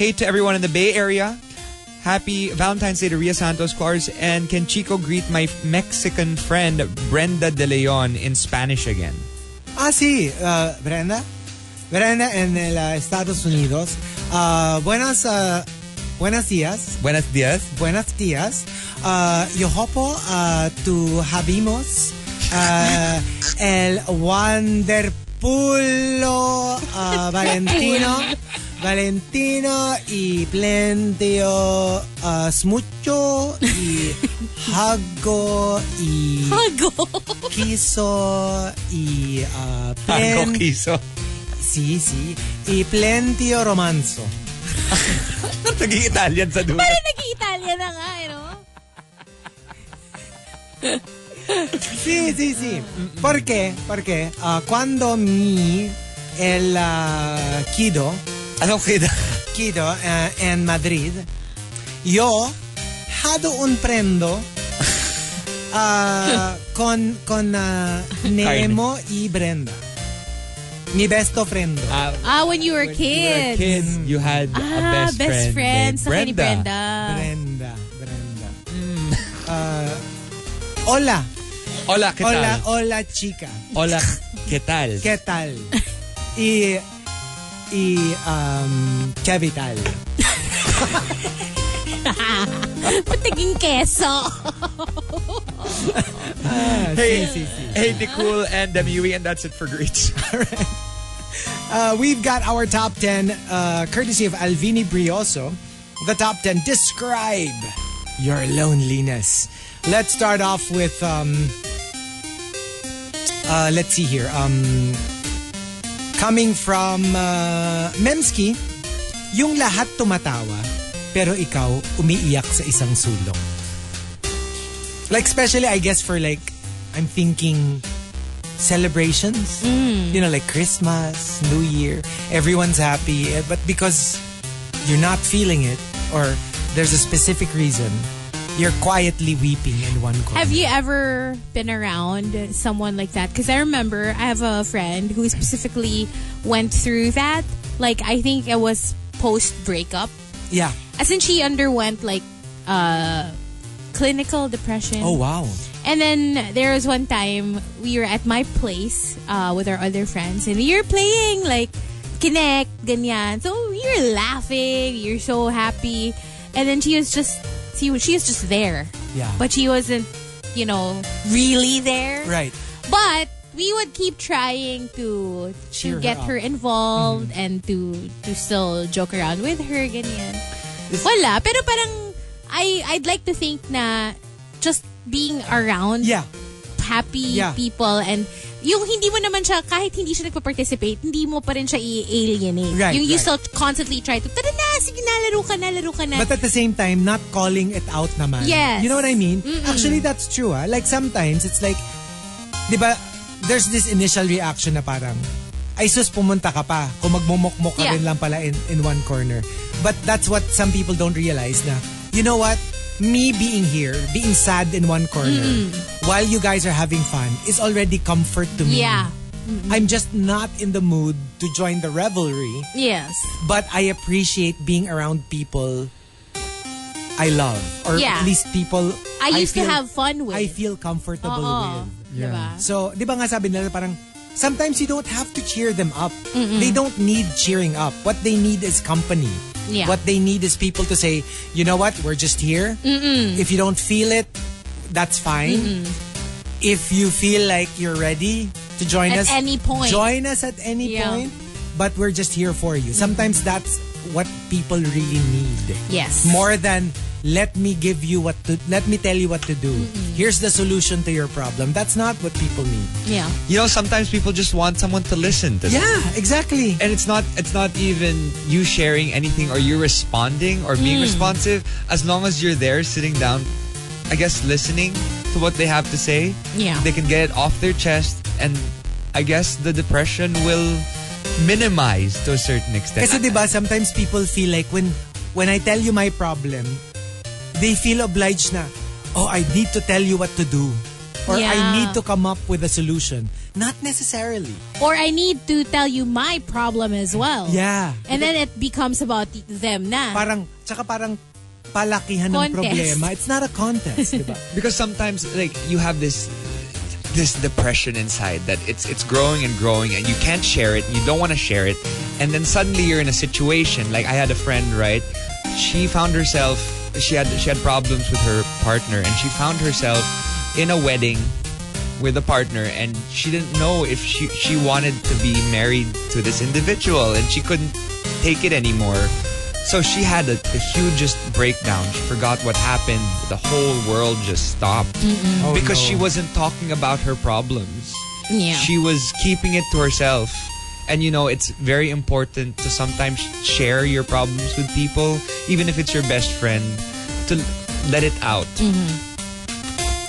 C: hey to everyone in the Bay Area. Happy Valentine's Day to Ria Santos Clars. And can Chico greet my Mexican friend Brenda De Leon in Spanish again?
A: Ah, sí, uh, Brenda. Brenda en el, uh, Estados Unidos. Uh, buenas uh, buenos días.
C: Buenos dias.
A: Buenos días. Uh, yo hopo uh, tu habimos uh, el Wanderpulo uh, Valentino. Valentino y Plentio uh, Smucho y Hago y
B: Oh Hago!
A: Quiso y uh,
C: Ang
A: plen-
C: kiso.
A: sí, sí, y Plentio Romanzo.
C: Naging Italian sa dulo.
B: Parang nag-Italia na nga, you know?
A: Sí, sí, sí. ¿Por qué? Porque ah, cuando mi el ah, Kido,
C: Ano kida?
A: Kido ah, en Madrid, yo had un prendo ah, con, con ah, Nemo y Brenda. Mi besto prendo.
B: Ah, when you were a
C: You're a
B: kid.
C: kid. You had a
B: Ah,
C: best,
B: best
C: friend.
B: friend. Sa akin ni Brenda.
A: Brenda, Brenda.
C: Mm.
A: Ah, hola,
C: Hola, ¿qué tal?
A: hola, hola chica.
C: Hola, ¿qué tal?
A: ¿Qué tal? Y. Y. Um, ¿Qué vital?
B: Ba't naging keso?
C: Hey, hey, Nicole and Demiwi, and that's it for greets.
A: Uh, we've got our top 10 uh, courtesy of Alvini Brioso. The top 10 describe your loneliness. Let's start off with. Um, uh, let's see here. Um, coming from uh, Memski, yung lahat tumatawa, pero ikaw umiiyak sa isang sulong. Like especially I guess for like I'm thinking celebrations.
B: Mm.
A: You know like Christmas, New Year, everyone's happy eh, but because you're not feeling it or there's a specific reason, you're quietly weeping in one corner.
B: Have you ever been around someone like that? Because I remember I have a friend who specifically went through that. Like, I think it was post breakup.
A: Yeah.
B: As in, she underwent like uh, clinical depression.
A: Oh wow.
B: And then there was one time we were at my place uh, with our other friends, and we were playing like Kinect, ganyan. So we were laughing, you're so happy, and then she was just she was she was just there.
A: Yeah.
B: But she wasn't, you know, really there.
A: Right.
B: But we would keep trying to to
A: Cheer her
B: get
A: up. Mm-hmm.
B: her, involved and to to still joke around with her ganyan. Wala, pero parang I I'd like to think na just being around
A: Yeah.
B: happy
A: Yeah.
B: people and yung hindi mo naman siya, kahit hindi siya nagpa-participate, hindi mo pa rin siya i-alienate.
A: Right,
B: yung you
A: right.
B: still constantly try to, tara na, sige na, laro ka na, laro ka na.
A: But at the same time, not calling it out naman.
B: Yes.
A: You know what I mean? Actually, that's true. Ah. Like sometimes, it's like, di ba, there's this initial reaction na parang, ay sus, pumunta ka pa. Kung magmumukmuk ka
B: Yeah.
A: rin lang pala in, in one corner. But that's what some people don't realize na, you know what? Me being here, being sad in one corner, while you guys are having fun, is already comfort to me.
B: Yeah.
A: I'm just not in the mood to join the revelry
B: yes.
A: but I appreciate being around people I love or
B: Yeah.
A: at least people
B: I used to
A: feel-
B: have fun with. Uh-uh.
A: I feel comfortable
B: Oo.
A: with.
B: Diba?
A: So, 'di ba nga sabi nila parang sometimes you don't have to cheer them up. They don't need cheering up. What they need is company.
B: Yeah.
A: What they need is people to say, "You know what? We're just here. If you don't feel it, that's fine. If you feel like you're ready to join
B: At
A: us
B: any point.
A: join us at any
B: Yeah.
A: point, but we're just here for you." Sometimes that's what people really need
B: Yes.
A: more than let me give you what to let me tell you what to do. Here's the solution to your problem. That's not what people need.
B: Yeah.
C: You know, sometimes people just want someone to listen to them.
A: Yeah, exactly.
C: And it's not it's not even you sharing anything or you responding or being
A: Hmm.
C: responsive. As long as you're there sitting down, I guess listening to what they have to say.
B: Yeah.
C: They can get it off their chest and I guess the depression will minimize to a certain extent.
A: Kasi 'di ba sometimes people feel like when when I tell you my problem, they feel obliged na, oh, I need to tell you what to do. Or I
B: Yeah.
A: need to come up with a solution. Not necessarily.
B: Or I need to tell you my problem as well.
A: Yeah.
B: And then it becomes about them na.
A: Parang, tsaka parang palakihan ng
B: Contest.
A: problema. It's not a contest, di ba?
C: because sometimes like you have this this depression inside that it's it's growing and growing and you can't share it you don't want to share it and then suddenly you're in a situation like i had a friend right she found herself she had she had problems with her partner and she found herself in a wedding with a partner and she didn't know if she she wanted to be married to this individual and she couldn't take it anymore so she had a, the hugest breakdown she forgot what happened the whole world just stopped
A: Oh,
C: because
A: no.
C: she wasn't talking about her problems
B: Yeah.
C: she was keeping it to herself and you know it's very important to sometimes share your problems with people even if it's your best friend to let it out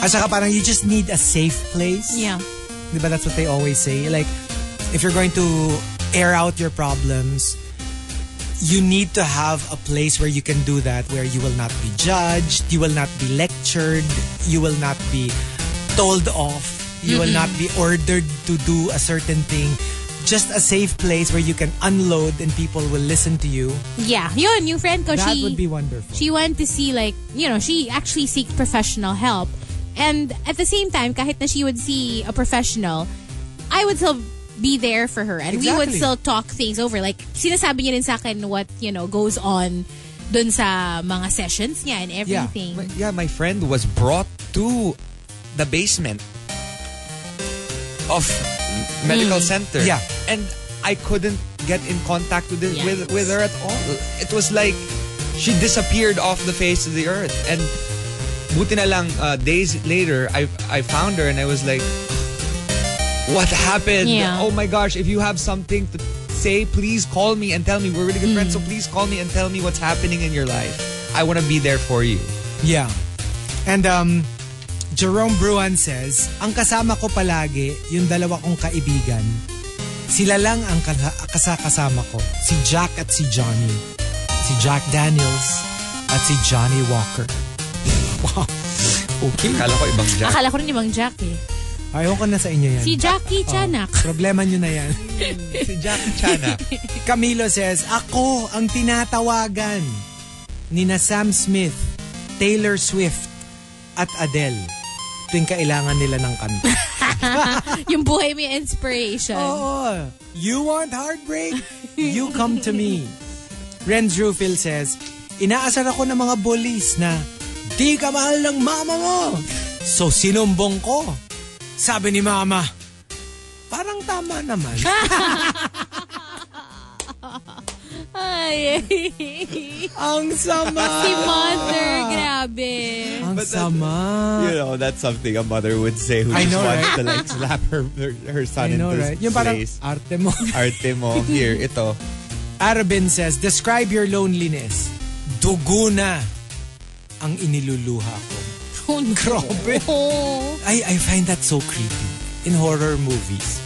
A: At saka parang you just need a safe place.
B: yeah.
A: Di ba that's what they always say? Like, if you're going to air out your problems, you need to have a place where you can do that, where you will not be judged, you will not be lectured, you will not be told off, you will not be ordered to do a certain thing. Just a safe place where you can unload and people will listen to you.
B: Yeah. Yun, yung friend ko,
A: that
B: she,
A: would be wonderful.
B: she went to see like, you know, she actually seek professional help. And at the same time, kahit na she would see a professional, I would still be there for her. And we would
A: Exactly.
B: still talk things over. Like, sinasabi niya rin sa akin what, you know, goes on dun sa mga sessions niya and everything.
C: My- yeah, my friend was brought to the basement of medical center.
A: Yeah.
C: and I couldn't get in contact with it,
B: Yeah.
C: with with her at all. It was like she disappeared off the face of the earth. And buti na lang uh, days later, I I found her and I was like, what happened?
B: Yeah.
C: Oh my gosh! If you have something to say, please call me and tell me. We're really good friends, so please call me and tell me what's happening in your life. I want to be there for you.
A: Yeah. And um, Jerome Bruan says, Ang kasama ko palagi, yung dalawa kong kaibigan, sila lang ang kasa- kasakasama ko. Si Jack at si Johnny. Si Jack Daniels at si Johnny Walker. wow. Okay.
C: Kala ko ibang Jack.
B: Akala ko rin ibang Jack eh.
A: Ayaw ko na sa inyo yan.
B: Si Jackie
A: Oh,
B: Chanak.
A: Problema nyo na yan.
C: si Jack Chana.
A: Camilo says, Ako ang tinatawagan ni na Sam Smith, Taylor Swift, at Adele tuwing kailangan nila ng kanta.
B: yung buhay may inspiration.
A: Oo. Oh, You want heartbreak? You come to me. Renz Rufil says, Inaasar ako ng mga bullies na di ka mahal ng mama mo. So sinumbong ko. Sabi ni mama, Parang tama naman.
B: Ay,
A: Ang sama!
B: si mother, grabe.
A: Ang
C: But that-
A: sama!
C: You know, that's something a mother would say who
A: I
C: just
A: know,
C: wants
A: right?
C: to like slap her her, her son
A: I know,
C: into
A: right? Yung parang
C: place.
A: arte mo.
C: Arte mo. Here, ito.
A: Arabin says, describe your loneliness. Dugo na ang iniluluha ko.
B: Oh, no.
A: Grabe.
B: Oh.
A: I, I find that so creepy in horror movies.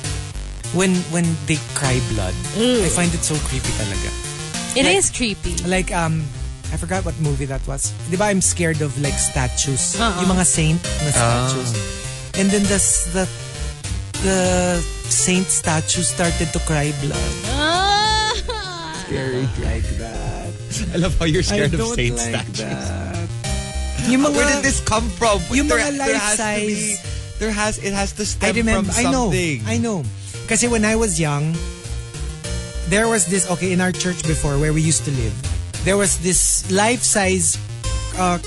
A: When when they cry blood, I find it so creepy talaga.
B: It is creepy.
A: Like, um, I forgot what movie that was. Di ba I'm scared of like statues? Yung mga saint na statues. And then the, s- the, the saint statue started to cry blood.
B: Ah.
A: Scary. like that.
C: I love how you're
A: I
C: scared of
A: don't
C: saint
A: like
C: statues.
A: that. Yung mga,
C: Where did this come from?
A: Yung
C: There-
A: mga
C: there has to
A: life-size-
C: be- There has it has to
A: I
C: stem
A: remember,
C: from
A: I know,
C: something.
A: I know. Kasi when I was young, there was this, okay, in our church before where we used to live, there was this life-size, uh,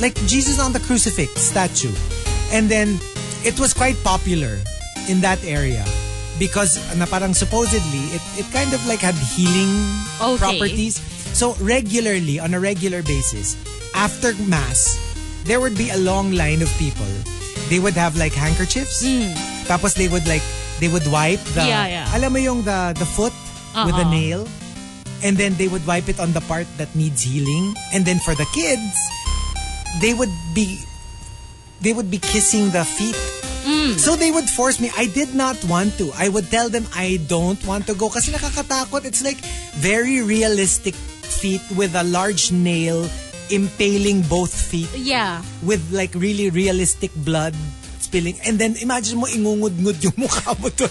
A: like Jesus on the crucifix statue. And then, it was quite popular in that area because na parang supposedly, it, it kind of like had healing
B: Okay.
A: properties. So, regularly, on a regular basis, after Mass, there would be a long line of people. They would have like handkerchiefs. Tapos they would like, they would wipe the,
B: Hmm. Yeah, yeah.
A: alam mo yung the, the foot with the nail? And then they would wipe it on the part that needs healing. And then for the kids, they would be, they would be kissing the feet. So they would force me. I did not want to. I would tell them I don't want to go kasi nakakatakot. It's like very realistic feet with a large nail impaling both feet
B: Yeah.
A: with like really realistic blood spilling. And then imagine mo ingungud-ngud yung mukha mo to.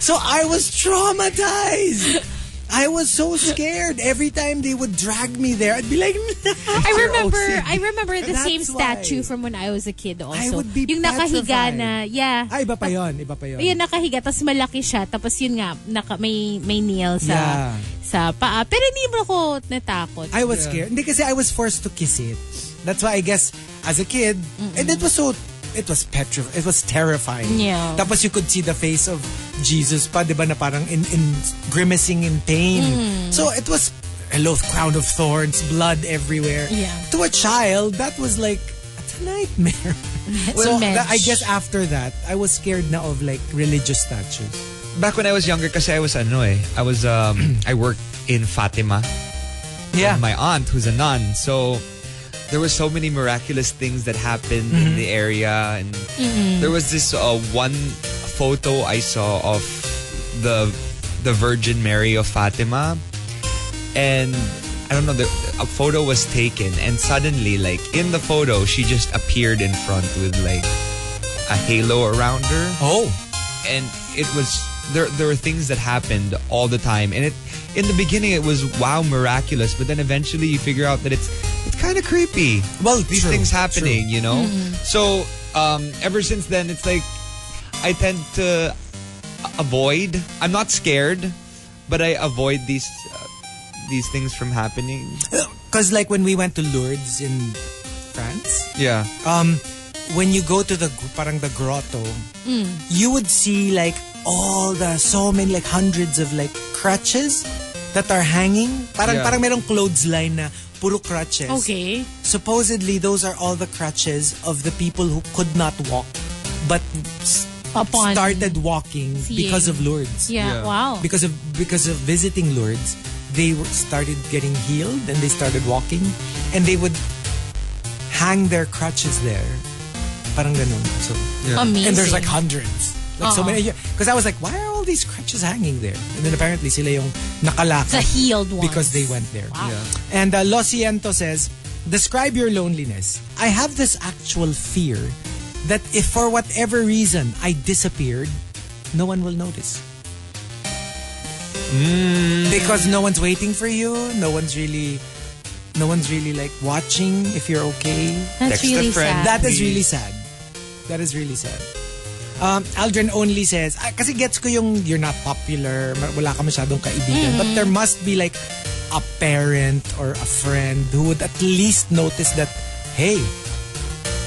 A: So I was traumatized. I was so scared. Every time they would drag me there, I'd be like,
B: I remember
A: OCD.
B: I remember the
A: That's
B: same statue
A: why.
B: from when I was a kid also.
A: would be
B: yung nakahiga
A: petrified.
B: na, yeah.
A: Ah, iba pa yon, iba pa yon.
B: Yun, nakahiga, tapos malaki siya. Tapos yun nga, naka, may, may nail sa,
A: Yeah.
B: sa paa. Pero hindi mo ako natakot.
A: I was scared. Hindi kasi I was forced to kiss it. That's why I guess as a kid, and it was so it was petrified. It was terrifying.
B: Yeah.
A: Tapos you could see the face of Jesus pa, 'di ba, na parang in, in grimacing in pain.
B: Mm.
A: So it was hello crown of thorns, blood everywhere.
B: Yeah.
A: To a child, that was like it's a nightmare. so
B: Image.
A: that, I guess after that, I was scared now of like religious statues.
C: Back when I was younger, kasi I was ano eh, I was um I worked in Fatima. with my aunt who's a nun. So there were so many miraculous things that happened in the area, and there was this uh, one photo I saw of the the Virgin Mary of Fatima, and I don't know the a photo was taken, and suddenly, like in the photo, she just appeared in front with like a halo around her
A: Oh.
C: and it was there there were things that happened all the time and it in the beginning it was wow miraculous but then eventually you figure out that it's it's kind of creepy
A: Well,
C: these
A: true,
C: things
A: true.
C: happening you know so um ever since then it's like i tend to avoid i'm not scared but i avoid these uh, these things from happening
A: Cuz like when we went to Lourdes in France,
C: yeah
A: um, when you go to the gr- parang the grotto,
B: Hmm.
A: you would see like all the so many like hundreds of like crutches that are hanging. Parang
C: Yeah.
A: parang merong clothesline na puro crutches.
B: Okay.
A: Supposedly those are all the crutches of the people who could not walk but s-
B: Upon
A: started walking
B: seeing-
A: because of Lourdes.
C: Yeah.
B: Yeah, wow.
A: Because of because of visiting Lourdes, they were, started getting healed and they started walking and they would hang their crutches there. Parang ganun. So,
B: Amazing. Uh-huh.
A: And there's like hundreds. Like so many. Because I was like, why are all these crutches hanging there? And then apparently sila yung nakalakad.
B: The healed ones.
A: Because they went there. And uh, Lo Siento says, describe your loneliness. I have this actual fear that if for whatever reason I disappeared, no one will notice. Because no one's waiting for you. No one's really, no one's really like watching if you're okay.
B: That's
C: Text a
B: really
C: friend.
B: sad.
A: That is really sad. That is really sad. Um, Aldrin only says, ah, kasi gets ko yung you're not popular, ma- wala ka masyadong kaibigan.
B: Mm-hmm.
A: But there must be like a parent or a friend who would at least notice that, hey,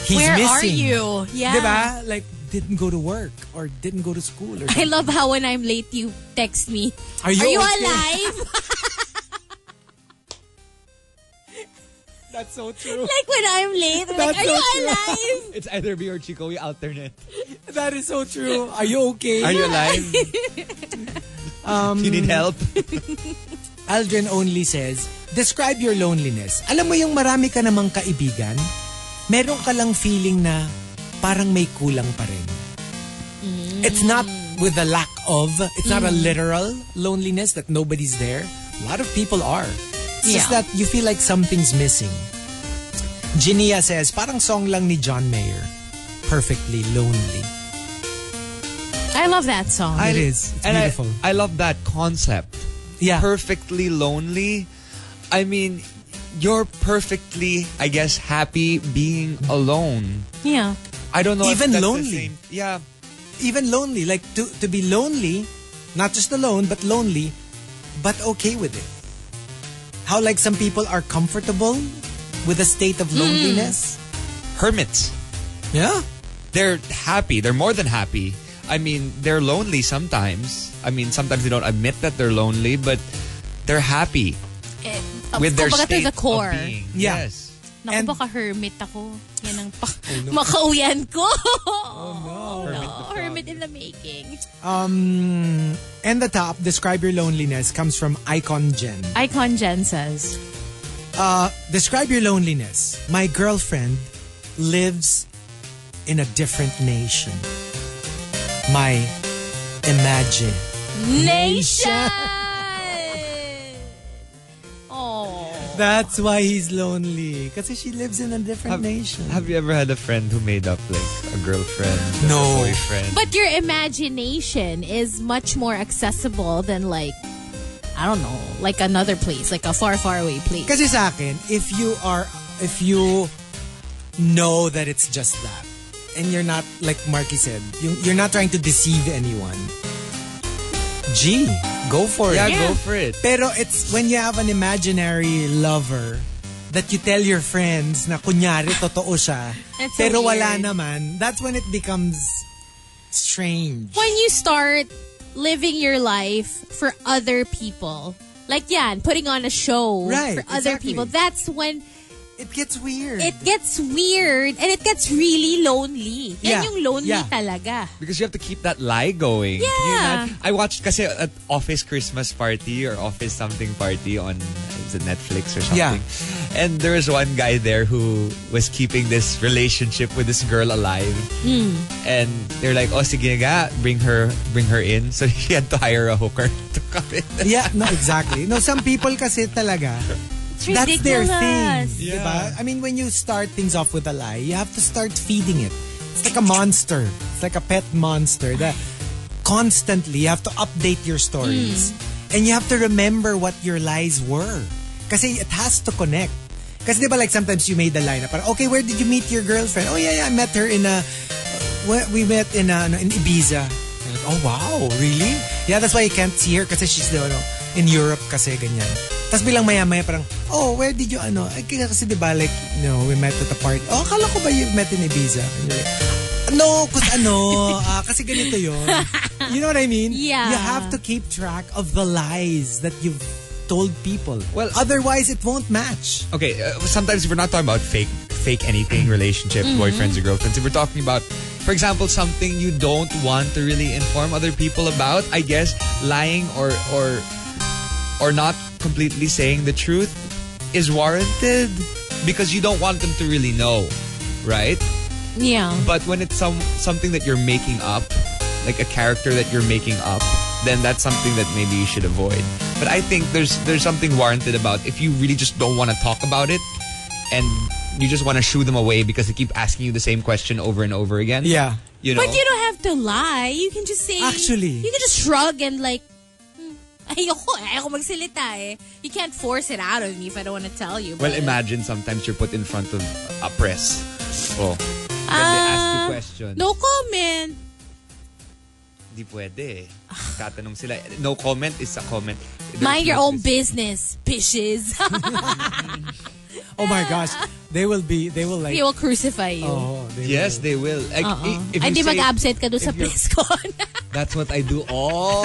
A: he's
B: Where
A: missing.
B: are you? Yeah.
A: Diba? Like, didn't go to work or didn't go to school or
B: I
A: something.
B: love how when I'm late, you text me.
A: Are you
B: Are you
A: okay?
B: alive?
A: That's so true.
B: like when I'm late, I'm like,
A: That's
B: are you
A: so true.
B: alive?
C: It's either me or Chico. We alternate.
A: That is so true. Are you okay?
C: Are you alive? um, you need help?
A: Aldrin only says, describe your loneliness. Alam mo yung marami ka namang kaibigan, meron ka lang feeling na parang may kulang pa rin. It's not with the lack of, it's not a literal loneliness that nobody's there. A lot of people are. It's just
B: Yeah.
A: that you feel like something's missing. Ginia says, parang song lang ni John Mayer. Perfectly lonely.
B: I love that song.
A: It is. It's
C: and I-
A: beautiful.
C: I, love that concept.
A: Yeah.
C: Perfectly lonely. I mean, you're perfectly, I guess, happy being alone.
B: yeah.
C: I don't know. if
A: Even
C: that's the
A: lonely.
C: same- Yeah.
A: even lonely like to to be lonely not just alone but lonely but okay with it how like some people are comfortable with a state of loneliness
C: Hermits.
A: Mm-hmm. yeah
C: They're happy. They're more than happy. I mean, they're lonely sometimes. I mean, sometimes they don't admit that they're lonely, but they're happy with their
B: Kumbaga Eh, to
C: state
B: the core.
C: of being.
A: Yeah.
C: Yes.
B: Naku,
A: And-
B: baka hermit ako. Yan ang pa- makauyan ko. oh, no. Hermit in the making.
A: um and the top describe your loneliness comes from icon gen Uh,
B: Icon Jen says,
A: describe your loneliness my girlfriend lives in a different nation my imagine
B: Nation! oh.
A: that's why he's lonely because she lives in a different nation
C: Have you ever had a friend who made up like a girlfriend, and
A: No.
C: a boyfriend?
B: But your imagination is much more accessible than like, I don't know, like another place, like a far, far away place.
A: Kasi sa akin, if you are, if you know that it's just that, and you're not, like Marky said, you- you're not trying to deceive anyone, gee, go for
C: yeah,
A: it.
C: go for it.
A: Pero it's when you have an imaginary lover that you tell your friends na kunyari totoo siya,
B: That's so
A: pero wala
B: weird.
A: naman, that's when it becomes strange.
B: when you start living your life for other people, like yeah, and putting on a show
A: Right,
B: for other
A: exactly.
B: people, that's when
A: It gets weird.
B: it gets weird and it gets really lonely. Yan
A: Yeah,
B: yung lonely
A: yeah.
B: talaga.
C: Because you have to keep that lie going. Can you
B: Yeah.
C: imagine? I watched kasi at office Christmas party or office something party on is it Netflix or something.
A: Yeah.
C: And there was one guy there who was keeping this relationship with this girl alive. And they're like, "Oh sige nga, bring her bring her in." So he had to hire a hooker to come in.
A: yeah, no, exactly. No, some people kasi talaga,
B: It's
A: That's their
B: ridiculous.
A: thing.
C: Yeah.
A: diba? I mean, when you start things off with a lie, you have to start feeding it. It's like a monster. It's like a pet monster that constantly you have to update your stories. And you have to remember what your lies were. Kasi it has to connect. Kasi diba like sometimes you made the line na parang, okay, where did you meet your girlfriend? Oh yeah, yeah, I met her in a, we- we met in a, ano, in Ibiza. And like, oh wow, really? Yeah, that's why you can't see her kasi she's the, ano, in Europe kasi ganyan. Tapos bilang maya-maya parang, oh, where did you, ano, ay, kaya kasi diba like, no, we met at a party. Oh, akala ko ba you met in Ibiza? And you're like, no, kasi ano, ah, kasi ganito yun. You know what I mean?
B: Yeah.
A: You have to keep track of the lies that you've told people.
C: Well-
A: otherwise it won't match.
C: Okay, uh, sometimes we're not talking about fake fake anything relationship, boyfriends or girlfriends. If we're talking about for example something you don't want to really inform other people about, I guess lying or or or not completely saying the truth is warranted because you don't want them to really know, right?
B: Yeah.
C: But when it's some something that you're making up, like a character that you're making up, then that's something that maybe you should avoid. But I think there's there's something warranted about if you really just don't want to talk about it and you just want to shoo them away because they keep asking you the same question over and over again.
A: Yeah.
C: You know.
B: But you don't have to lie. You can just say
A: Actually.
B: You can just shrug and like "Hmm, ayoko, eh, ayoko magsalita eh. You can't force it out of me if I don't want to tell you.
C: well,
B: but-
C: imagine sometimes you're put in front of a press. Oh. Then they ask you
B: Ah,
C: questions.
B: No comment.
C: Di pwede eh. Tatanong sila. No comment is a comment. There's
B: Mind your
C: no
B: own business, bitches.
A: Oh my gosh. They will be, they will like,
B: They will crucify you.
A: oh, they
C: Yes,
A: will.
C: they will. Like,
B: Oo.
C: i- if
B: Uh-uh. Ay,
C: you
B: di
C: say,
B: mag-absent ka doon sa
C: if you're- Oh,
B: PresCon.
C: That's what I do all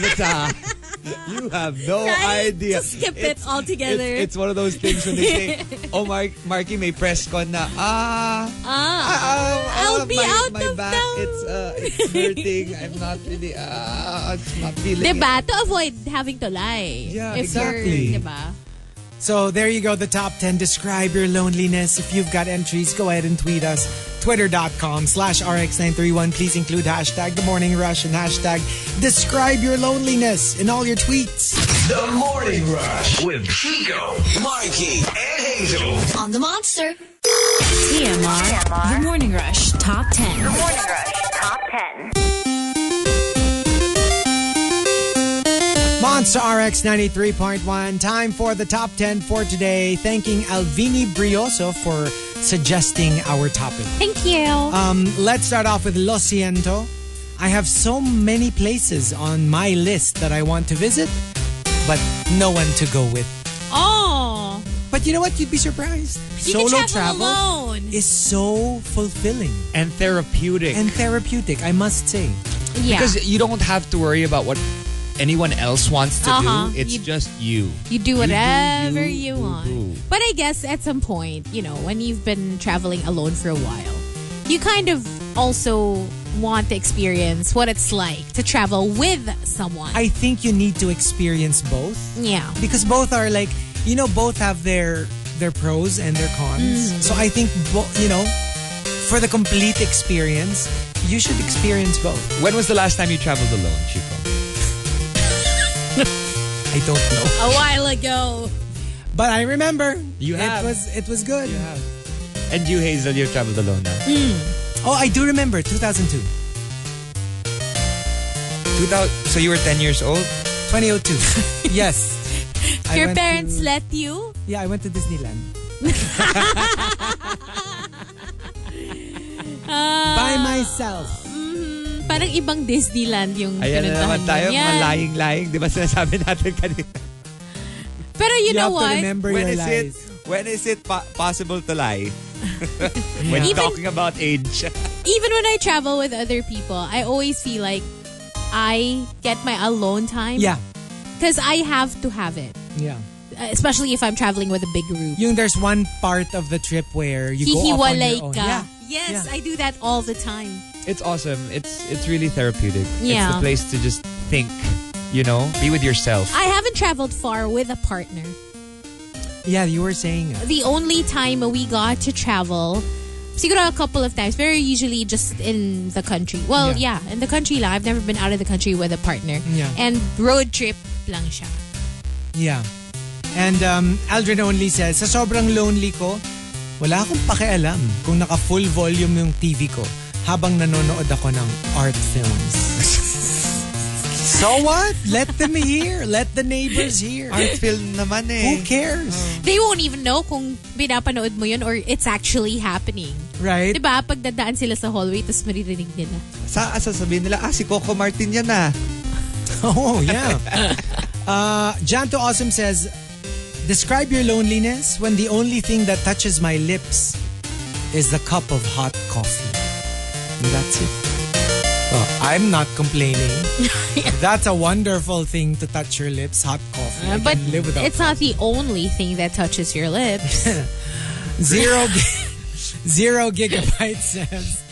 C: the time. You have no
B: Right?
C: idea.
B: Just skip it altogether.
C: It's, it's one of those things when they say, "Oh, Mark, Marky may press con na ah."
B: ah.
C: ah,
B: I'll
C: ah,
B: be
C: my,
B: out
C: my
B: of
C: back,
B: town."
C: It's uh, it's hurting. I'm not really ah, it's not feeling. it."
B: Diba? To avoid having to lie.
C: Yeah,
B: if
A: exactly.
B: You're, diba?
A: So there you go, the top 10. Describe your loneliness. If you've got entries, go ahead and tweet us. Twitter.com slash RX931. Please include hashtag The Morning Rush and hashtag Describe Your Loneliness in all your tweets.
F: The Morning Rush with Chico, Mikey, and Hazel.
G: on the monster.
B: E
D: TMR. The Morning Rush Top 10.
H: Morning Rush Top 10.
A: Monster RX 93.1. Time for the top 10 for today. Thanking Alvini Brioso for suggesting our topic.
B: Thank you.
C: Uh,
A: Um, let's start off with Lo Siento. I have so many places on my list that I want to visit, but no one to go with.
B: oh.
A: But you know what? You'd be surprised.
B: You
A: Solo
B: can travel,
A: travel
B: alone.
A: is so fulfilling
C: and therapeutic.
A: and therapeutic, I must say.
B: Yeah.
C: because you don't have to worry about what anyone else wants to
B: Uh-huh.
C: do. It's
B: You-
C: just you.
B: You do whatever you,
C: do,
B: want.
C: do.
B: But I guess at some point, you know, when you've been traveling alone for a while, you kind of also want to experience what it's like to travel with someone.
A: I think you need to experience both
B: yeah.
A: because both are like, you know, both have their their pros and their cons. So I think, bo- you know, for the complete experience, you should experience both.
C: When was the last time you traveled alone, Chico?
A: I don't know.
B: A while ago.
A: But I remember.
C: You have.
A: It was it was good.
C: And you, Hazel, you've traveled alone now.
A: Oh, I do remember 2002,
C: 2000, so you were 10 years old?
A: 2002. yes. I
B: Your
A: went
B: parents
A: to-
B: let you?
A: Yeah, I went to Disneyland by myself.
B: mm-hmm, Parang ibang Disneyland yung
C: Ayan na naman
B: pinuntahan mo.
C: tayo, mga
B: Yan.
C: lying-lying. Di ba sinasabi natin kanina?
B: Pero you, know
A: have to
B: what?
A: remember
C: When
A: your
C: is it,
A: lies.
C: when is it po- possible to lie? when
B: Even-
C: talking about age.
B: even when I travel with other people, I always feel like I get my alone time.
A: Yeah.
B: Because I have to have it.
A: Yeah.
B: Especially if I'm traveling with a big group.
A: Yung there's one part of the trip where you go off on
B: Hihiwalay
A: your own.
B: ka.
A: Yeah.
B: Yes,
A: Yeah.
B: I do that all the time.
C: It's awesome. It's it's really therapeutic.
B: Yeah.
C: It's the place to just think, you know? Be with yourself.
B: I haven't traveled far with a partner.
A: Yeah, you were saying. uh,
B: The only time we got to travel, siguro a couple of times, very usually just in the country. Well, yeah,
A: Yeah.
B: in the country lang. I've never been out of the country with a partner.
A: Yeah.
B: And road trip lang siya.
A: Yeah. And um, Aldrin only says, sa sobrang lonely ko, wala akong pakialam kung naka full volume yung TV ko habang nanonood ako ng art films. so what? Let them hear. Let the neighbors hear.
C: Art film naman eh.
A: Who cares?
B: They won't even know kung pinapanood mo yun or it's actually happening.
A: Right?
B: Diba? Pag dadaan sila sa hallway, tapos maririnig nila.
C: Sa sasabihin nila, ah, si Coco Martin yan ah.
A: Oh, yeah. uh, Janto Awesome says, Describe your loneliness when the only thing that touches my lips is the cup of hot coffee. And that's it. Oh, I'm not complaining. That's a wonderful thing to touch your lips, hot coffee.
B: Uh,
A: I
B: But
A: can live without
B: it's not the only thing that touches your lips.
A: Zero, gi- zero gigabyte says,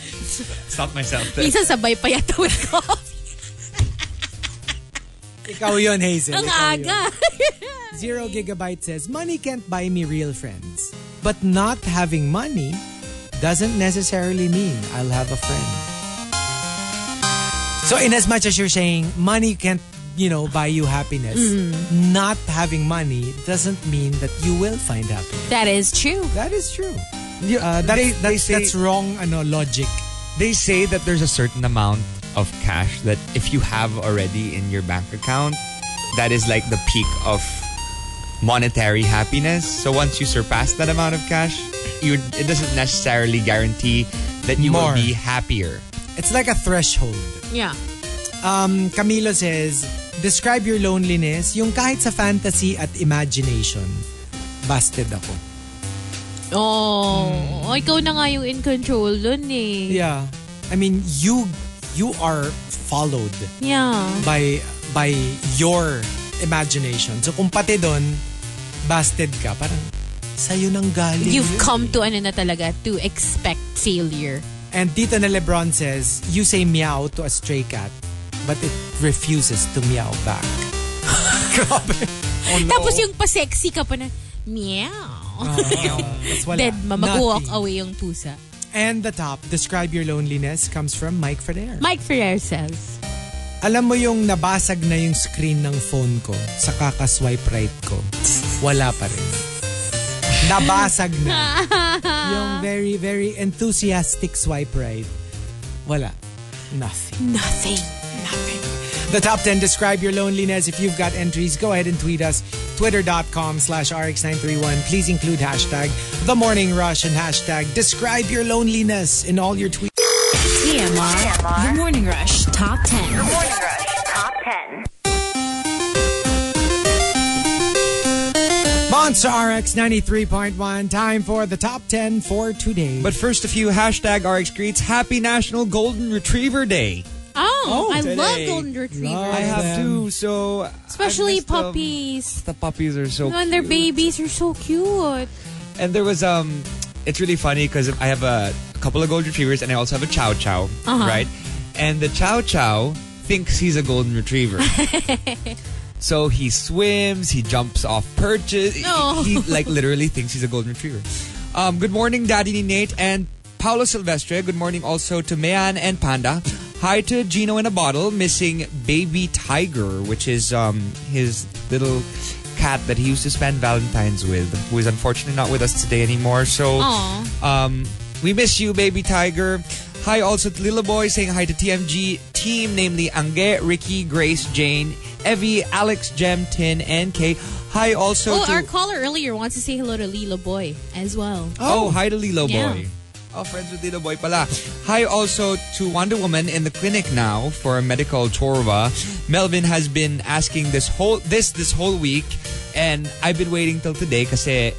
C: Stop myself.
B: Minsan sabay pa yata with coffee.
A: Ikaw yun, Hazel.
B: Ang
A: ikaw yun.
B: aga.
A: Zero Gigabyte says, Money can't buy me real friends. But not having money doesn't necessarily mean I'll have a friend. So, in as much as you're saying money can't, you know, buy you happiness, not having money doesn't mean that you will find happiness.
B: that is true.
A: That is true. Uh, that's,
C: They- they
A: that's,
C: say-
A: that's wrong ano, logic.
C: They say that there's a certain amount of cash that if you have already in your bank account, that is like the peak of monetary happiness. So once you surpass that amount of cash, you it doesn't necessarily guarantee that you
A: More.
C: will be happier.
A: It's like a threshold.
B: Yeah.
A: Um, Camilo says, describe your loneliness, yung kahit sa fantasy at imagination, busted ako.
B: Oh, ikaw na nga yung in control dun eh.
A: Yeah. I mean, you you are followed
B: Yeah.
A: by by your imagination. So kung pati doon, busted ka, parang sa'yo nang galing.
B: You've
A: yun.
B: come to ano na talaga, to expect failure.
A: And Tito na Lebron says, you say meow to a stray cat, but it refuses to meow back. Grabe.
C: Oh,
B: Tapos yung pa-sexy ka pa na, meow.
A: Tapos wala.
B: Dead ma, mag-walk
A: Nothing.
B: away yung pusa.
A: And the top, describe your loneliness, comes from Mike Ferrer.
B: Mike Ferrer says,
A: Alam mo yung nabasag na yung screen ng phone ko sa kakaswipe right ko. Wala pa rin. Nabasag na. yung very, very enthusiastic swipe right. Wala. Nothing.
B: nothing.
A: The top 10 describe your loneliness. If you've got entries, go ahead and tweet us. Twitter.com slash RX931. Please include hashtag The Morning Rush and hashtag Describe Your Loneliness in all your tweets.
B: E
C: E
D: TMR. The Morning Rush Top 10.
H: Morning Rush Top 10.
A: Monster RX 93.1, time for the top 10 for today.
C: But first, a few hashtag RX greets. Happy National Golden Retriever Day.
B: Oh,
C: Oh,
B: I
C: today.
B: love golden retrievers.
A: Love
C: I have
A: them.
C: two, so I
B: Especially
C: miss them.
B: puppies.
C: The puppies are so.
B: When they're
C: cute.
B: babies, they're so cute.
C: And there was um, it's really funny because I have a couple of golden retrievers and I also have a chow chow,
B: Uh-huh.
C: right? And the chow chow thinks he's a golden retriever. So he swims, he jumps off perches.
B: No.
C: He, he, like literally thinks he's a golden retriever. Um, good morning, Daddy ni Nate and Paolo Silvestre. Good morning also to Mayan and Panda. Hi to Gino in a bottle, missing baby tiger, which is um, his little cat that he used to spend Valentine's with, who is unfortunately not with us today anymore. So
B: Aw.
C: um, we miss you, baby tiger. Hi also to Lila Boy saying hi to TMG team, namely Ange, Ricky, Grace, Jane, Evie, Alex, Gem, Tin, and Kay. Hi also
B: Oh,
C: to
B: our caller earlier wants to say hello to Lila Boy as well.
C: Oh, hi to Lilo
B: Yeah.
C: Boy. Oh, friends with Lilo Boy pala. Hi also to Wonder Woman in the clinic now for medical torva. Melvin has been asking this whole this this whole week and I've been waiting till today kasi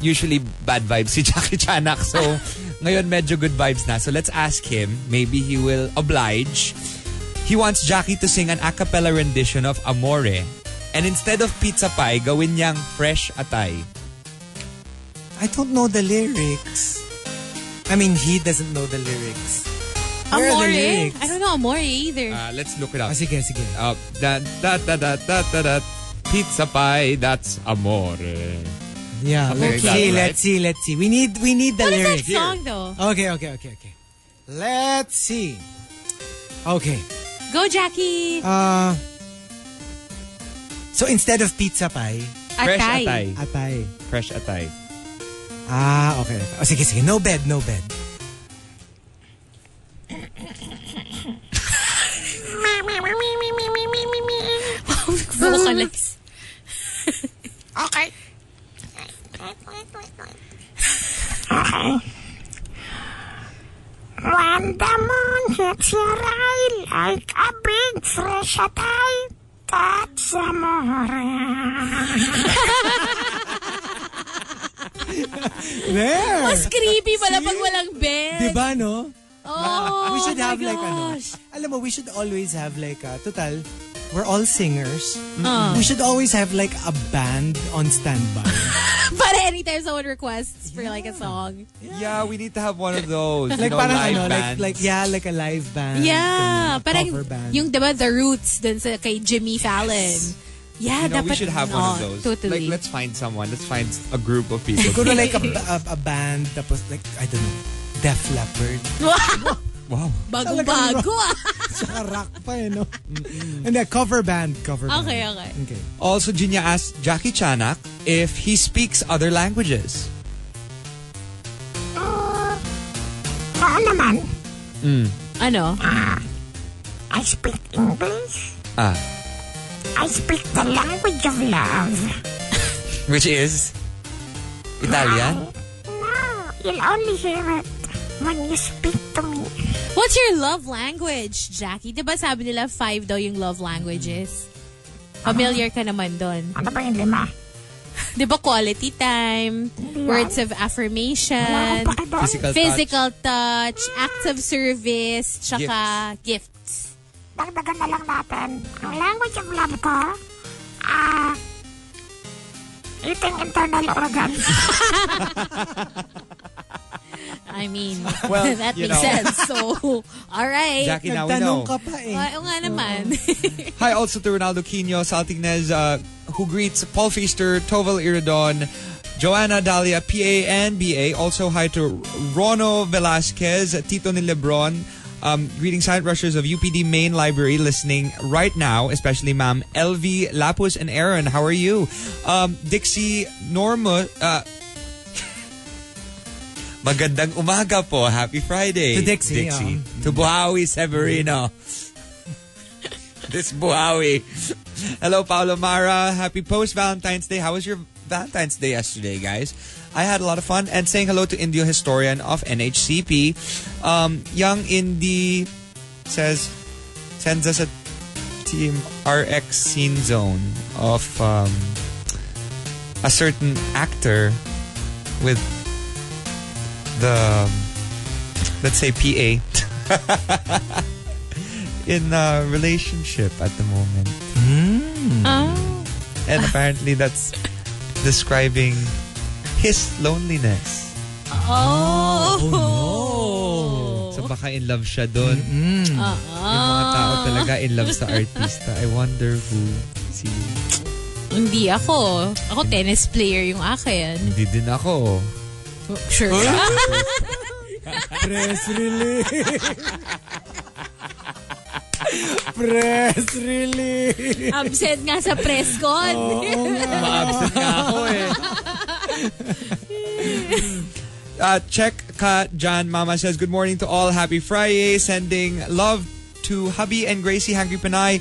C: usually bad vibes si Jackie Chanak. So, ngayon medyo good vibes na. So, let's ask him. Maybe he will oblige. He wants Jackie to sing an a cappella rendition of Amore. And instead of pizza pie, gawin niyang fresh atay.
A: I don't know the lyrics. I mean, he doesn't know the lyrics. Where
B: Amore?
A: are the lyrics?
B: I don't know Amore either.
C: Uh, let's look it up.
A: Ah, sige, sige.
C: Uh, da, da, da, da, da, da, da. Pizza pie, that's amore.
A: Yeah.
C: Something like that,
A: Let's see,
C: right?
A: let's see, let's see. We need, we need the
B: What is that
A: lyrics.
B: song though?
A: Okay, okay, okay, okay. Let's see. Okay.
B: Go Jackie!
A: Uh, so instead of pizza pie,
C: Fresh atay.
B: Atay.
A: atay.
C: Fresh atay.
A: Ah, okay. Oh, sige, sige. No bed, no bed.
B: Vocalist.
E: Okay. Okay. When the moon hits your eye like a big fresh tie, that's amore.
A: There!
B: Mas creepy pala pag walang bed.
A: Diba, no?
B: Oh,
A: we should
B: my
A: have like ano.
B: gosh.
A: Alam mo, we should always have like a total. We're all singers.
B: Uh.
A: We should always have like a band on standby.
B: But anytime someone requests for like a song.
C: Yeah, we need to have one of those.
A: like
C: you know,
A: parang
C: live
A: ano,
C: bands.
A: like like yeah, like a live band.
B: Yeah.
A: ganun,
B: Parang
A: cover band.
B: yung diba The Roots dun sa kay Jimmy Fallon.
C: you
B: Yeah,
C: know,
B: dapat.
C: we should have one of
B: no,
C: those.
B: Totally.
C: Like, let's find someone. Let's find a group of people.
A: siguro ano, like a, a, a band tapos like I don't know, Def Leppard.
C: wow.
B: Bago-bago ah.
A: Tsaka rock pa eh, no? And a cover band, cover band.
B: Okay, okay.
A: Okay.
C: Also, Jinya asked Jackie Chanak if he speaks other languages.
E: Oo naman,
B: Ano?
E: I speak English.
C: Ah.
E: I speak the language of love.
C: Which is Italian.
E: No, you'll only hear it when you speak to me.
B: What's your love language, Jackie? Diba sabi nila five daw yung love languages? Familiar ka naman doon.
E: Ano ba yung lima?
B: Di ba quality time, words of affirmation,
E: Wala akong pakialam.
C: Physical touch.
B: physical touch, acts of service, tsaka gifts.
E: Dagdagan na lang natin. Ang language of love ko, ah, eating internal organs.
B: I mean,
C: Well,
B: that
C: you
B: makes
C: know.
B: sense. So, all right.
C: Jackie, now we know.
A: Nagtanong ka pa eh.
B: Well, nga naman.
C: Hi also to Ronaldo Quino, Sal Tignes, uh, who greets Paul Feaster, Toval Iridon, Joanna Dalia, PA and BA. Also hi to Rono Velasquez, Tito ni Lebron. Um, greeting silent rushers of UPD Main Library listening right now, especially ma'am LV, Lapus, and Aaron. How are you? Um, Dixie Norma... Uh, Magandang umaga po. Happy Friday.
A: To Dixie,
C: Dixie. To Buhawi Severino. this Buhawi. Hello, Paolo Mara. Happy post Valentine's Day. How was your Valentine's Day yesterday, guys? I had a lot of fun and saying hello to Indio historian of NHCP. Um, young Indy says, sends us a team RX scene zone of um, a certain actor with the, let's say, PA in a relationship at the moment. Hmm.
B: Ah.
C: And apparently that's describing his loneliness.
B: oh.
C: So baka in love siya doon. Yung mga tao talaga in love sa artista. I wonder who si...
B: Hindi ako. Ako tennis player yung akin.
C: Hindi din ako.
B: Sure.
A: Press release. Press release. Oh.
B: Absent nga sa press con.
C: Ma-absent nga ako eh. Uh, check ka John Mama says good morning to all happy Friday sending love to hubby and Gracie Hungry Panay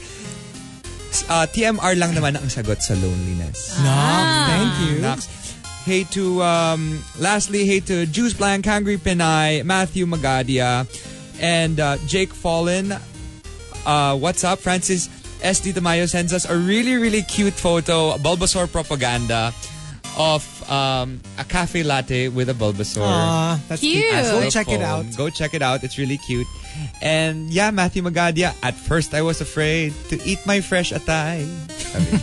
C: uh, TMR lang naman ang sagot sa loneliness
A: Ah. Thank you.
C: Knox. Hey to, um, lastly, hey to Juice Blank, Hungry Pinay, Matthew Magadia, and uh, Jake Fallen. Uh, what's up? Francis S. D. Tamayo sends us a really, really cute photo, Bulbasaur propaganda, of um, a cafe latte with a Bulbasaur.
A: Aw, Ah, that's
B: Cute.
A: the-
C: As
A: Go
C: a
A: check it
C: foam.
A: out.
C: Go check it out. It's really cute. And yeah, Matthew Magadia, at first I was afraid to eat my fresh atay. Sabi.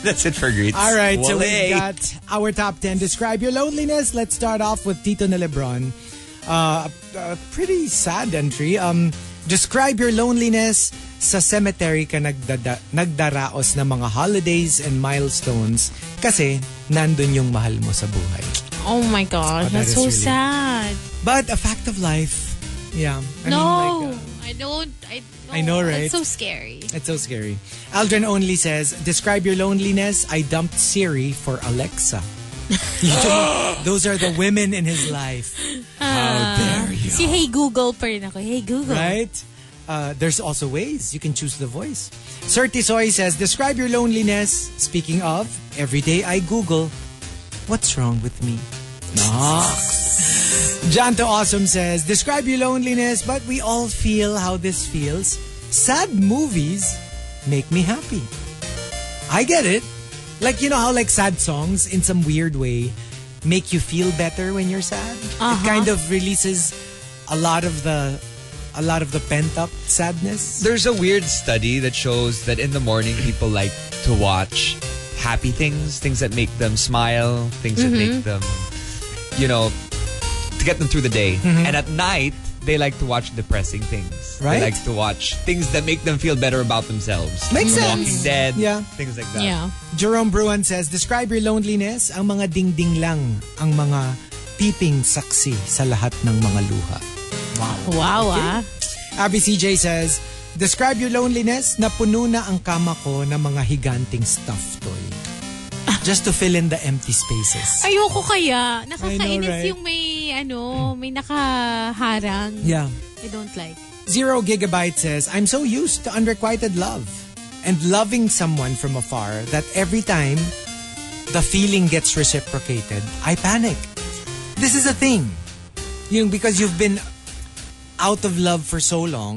C: That's it for greets.
A: All right, so
C: Walay.
A: we got our top 10. Describe your loneliness. Let's start off with Tito na Lebron. Uh, a, a pretty sad entry. Um, describe your loneliness sa cemetery ka nagdada, nagdaraos ng mga holidays and milestones kasi nandun yung mahal mo sa buhay.
B: Oh my God.
A: Oh, that
B: that's
A: is
B: so
A: really-
B: sad.
A: But a fact of life, yeah. I mean,
B: no.
A: like, uh,
B: I don't. I, no.
A: I know, right?
B: It's so scary.
A: uh, it's so scary. Aldrin only says, describe your loneliness. I dumped Siri for Alexa. Those are the women in his life.
B: Si Hey Google pa rin ako. Hey Google.
A: right? Uh, there's also ways you can choose the voice. Certisoy says, describe your loneliness. Speaking of, every day I Google, what's wrong with me? Knox. Janto Awesome says, describe your loneliness, but we all feel how this feels. Sad movies make me happy. I get it. Like, you know how like sad songs in some weird way make you feel better when you're sad? It kind of releases a lot of the a lot of the pent up sadness.
C: There's a weird study that shows that in the morning people like to watch happy things, things that make them smile, things that make
A: Mm-hmm.
C: them, you know, to get them through the day. And at night, they like to watch depressing things.
A: Mm-hmm. Right.
C: They like to watch things that make them feel better about themselves.
A: Makes
C: Walking
A: sense.
C: Dead,
A: Yeah.
C: things like that.
B: Yeah.
A: Jerome Bruan says, describe your loneliness, ang mga dingding lang, ang mga titing saksi sa lahat ng mga luha.
B: Wow ah.
A: Abby CJ says, describe your loneliness, napuno na ang kama ko ng mga higanting stuffed toy. Just to fill in the empty spaces.
B: Ayoko kaya. Nakakainis
A: right?
B: yung may ano, may nakaharang.
A: Yeah.
B: I don't like.
A: Zero Gigabyte says, I'm so used to unrequited love and loving someone from afar that every time the feeling gets reciprocated, I panic. This is a thing. You know, because you've been out of love for so long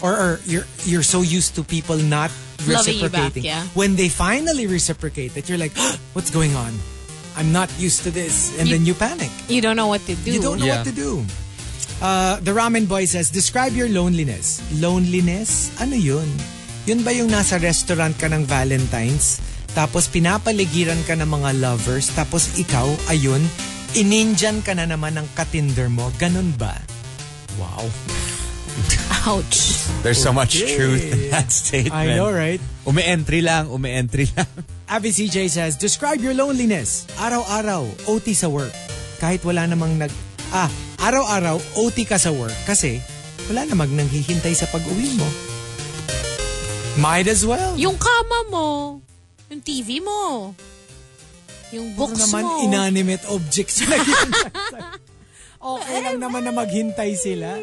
A: or, or you're you're so used to people not
B: Loving you back,
A: reciprocating.
B: yeah.
A: When they finally reciprocate that you're like, what's going on? I'm not used to this. And
B: You-
A: then you panic.
B: You don't know what to do.
A: You don't know
C: Yeah.
A: what to do. Uh, the Ramen Boy says, describe your loneliness. Loneliness? Ano yun? Yun ba yung nasa restaurant ka ng Valentine's, tapos pinapaligiran ka ng mga lovers, tapos ikaw, ayun, ininjan ka na naman ng katinder mo. Ganun ba? Wow.
B: Ouch.
C: There's so much truth in that statement.
A: I know, right?
C: Umi-entry lang, umi-entry lang.
A: Abby CJ says, Describe your loneliness. Araw-araw, OT sa work. Kahit wala namang nag... Ah, araw-araw, OT ka sa work kasi wala namang nanghihintay sa pag-uwi mo. Might as well.
B: Yung kama mo, yung TV mo, yung
A: Ano
B: books
A: naman
B: mo.
A: inanimate objects na ginagawa sa'yo. Okay lang naman na maghintay sila.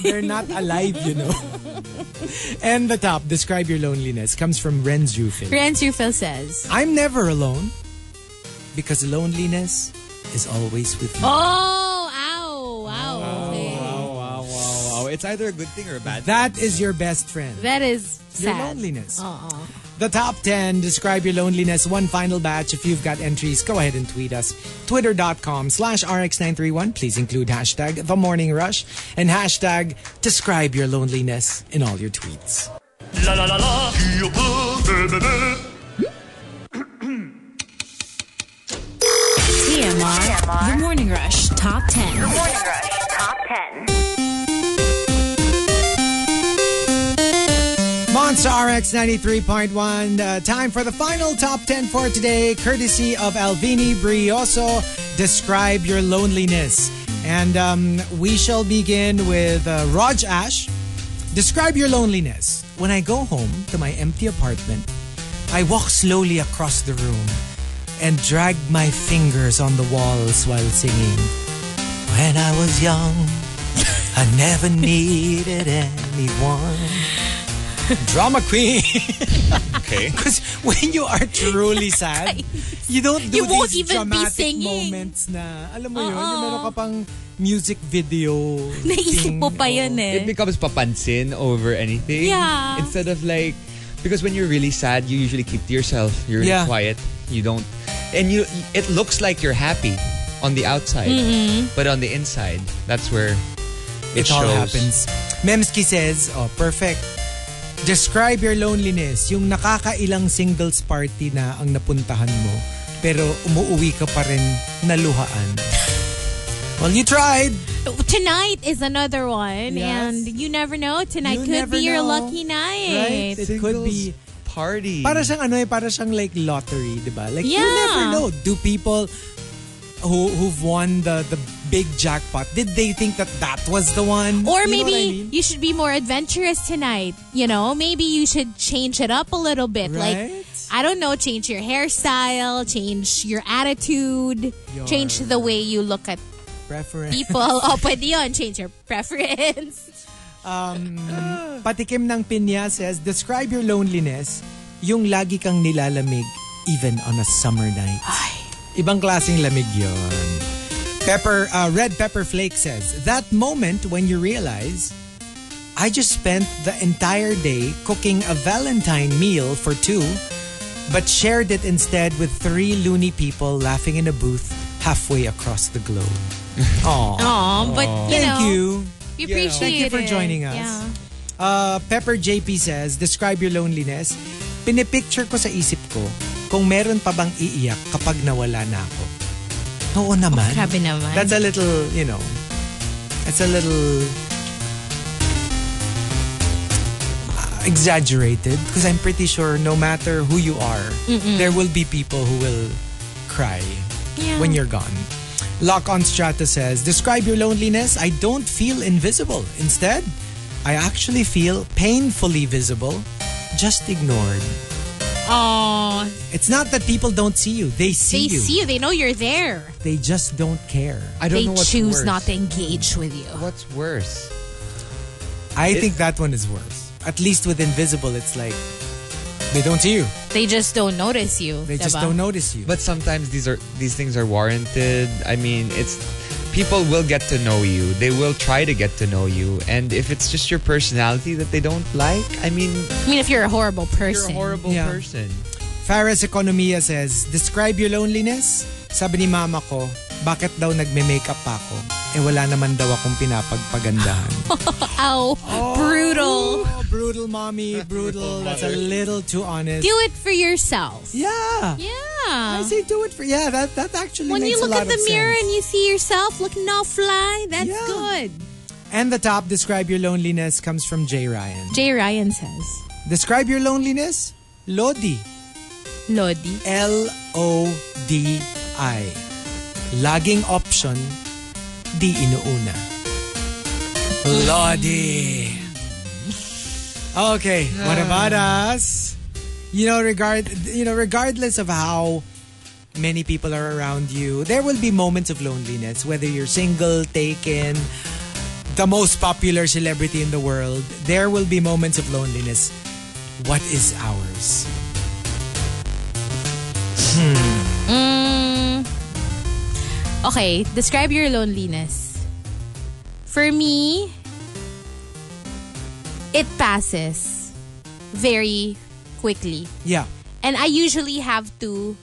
A: They're not alive, you know. And the top, describe your loneliness, comes from Renz Jufil.
B: Renz Rufel says,
A: I'm never alone because loneliness is always with me.
B: Oh, ow, wow, okay.
C: Wow, wow, wow. It's either a good thing or a bad
A: That is your best friend.
B: That is
A: Your
B: sad.
A: loneliness.
B: Oo.
A: The top 10 describe your loneliness. One final batch. If you've got entries, go ahead and tweet us. Twitter.com slash RX931. Please include hashtag The Morning Rush and hashtag describe your loneliness in all your tweets.
F: La la la la, you
D: TMR. The Morning Rush Top 10.
H: Morning Rush Top 10.
A: Monster RX 93.1. Uh, time for the final top 10 for today, courtesy of Alvini Brioso. Describe your loneliness. And um, we shall begin with uh, Raj Ash. Describe your loneliness. When I go home to my empty apartment, I walk slowly across the room and drag my fingers on the walls while singing. When I was young, I never needed anyone. Drama queen.
C: Okay.
A: Because when you are truly sad, you don't do
B: You won't
A: these
B: even be
A: dramatic
B: singing.
A: moments na, alam mo yun,
B: Oo.
A: yung meron ka pang music video.
B: Naisip
A: thing.
B: mo pa yun
A: Oo.
B: eh.
C: It becomes papansin over anything.
B: Yeah.
C: Instead of like, because when you're really sad, you usually keep to yourself. You're really
A: Yeah.
C: quiet. You don't, and you. It looks like you're happy on the outside,
B: Mm-hmm.
C: but on the inside, that's where
B: eh.
C: it,
A: It all
C: shows.
A: happens. Memski says, oh, perfect. Describe your loneliness, yung nakakailang singles party na ang napuntahan mo, pero umuwi ka pa rin naluhaan. Well, you tried.
B: Tonight is another one,
A: Yes.
B: and you never know. Tonight
A: You
B: could
A: never
B: be your
A: know,
B: lucky night.
A: Right? It could be
C: party.
A: Para siyang ano eh, para siyang like lottery, di ba? Like you
B: Yeah.
A: never know. Do people who who've won the the big jackpot, did they think that that was the one?
B: Or
A: You know
B: maybe
A: what I mean?
B: you should be more adventurous tonight. You know, maybe you should change it up a little bit. Like,
A: Right?
B: I don't know, change your hairstyle, change your attitude, change the way you look at
A: preference.
B: people. o, pwede yun. Change your preference.
A: Patikim ng Pinya says, describe your loneliness, yung lagi kang nilalamig even on a summer night. Ibang klaseng lamig yon. Pepper, uh, Red Pepper Flake says, that moment when you realize, I just spent the entire day cooking a Valentine meal for two, but shared it instead with three loony people laughing in a booth halfway across the globe. Aww.
B: Aw, but you
A: Thank
B: know,
A: you.
B: we appreciate
A: Thank you for
B: it.
A: joining us.
B: Yeah.
A: Uh, Pepper JP says, describe your loneliness. Pinipicture ko sa isip ko kung meron pa bang iiyak kapag nawala na ako. Oo naman.
B: Oh, Grabe naman.
A: That's a little, you know, that's a little uh, exaggerated because I'm pretty sure no matter who you are, there will be people who will cry
B: Yeah.
A: when you're gone. Lock on Strata says, Describe your loneliness. I don't feel invisible. Instead, I actually feel painfully visible, just ignored.
B: Aw,
A: It's not that people don't see you, they see
B: they
A: you.
B: see you. They know you're there.
A: They just don't care.
C: I don't
B: they
C: know what's
B: choose
C: worse.
B: not to engage with you.
C: What's worse?
A: I
C: It-
A: think that one is worse. At least with invisible, it's like they don't see you.
B: They just don't notice you.
A: They just
B: diba?
A: don't notice you.
C: But sometimes these are these things are warranted. I mean, it's people will get to know you. They will try to get to know you. And if it's just your personality that they don't like, I mean,
B: I mean, if you're a horrible person.
C: you're a horrible
A: Yeah.
C: person.
A: Faris Economia says, describe your loneliness. Sabi ni mama ko, bakit daw nagme-makeup pa ako? Eh wala naman daw akong pinapagpagandahan.
B: Ow. Brutal.
A: Oh, brutal mommy,
B: Oh,
A: brutal. That's a little too honest.
B: Do it for yourself.
A: yeah. I
B: Yeah.
A: say do it for yeah. That that actually
B: When
A: makes
B: you
A: a
B: look
A: lot
B: at the
A: of
B: mirror
A: sense.
B: and you see yourself looking all fly, that's
A: Yeah.
B: good.
A: And the top, describe your loneliness, comes from Jay Ryan.
B: Jay Ryan says,
A: Describe your loneliness, Lodi.
B: Lodi.
A: L-O-D-I. Laging option, di inuuna. Lodi. Okay, what about us? You know, regard, you know, regardless of how many people are around you, there will be moments of loneliness. Whether you're single, taken, the most popular celebrity in the world, there will be moments of loneliness. What is ours?
B: Okay, describe your loneliness. For me, it passes very quickly.
A: Yeah.
B: And I usually have to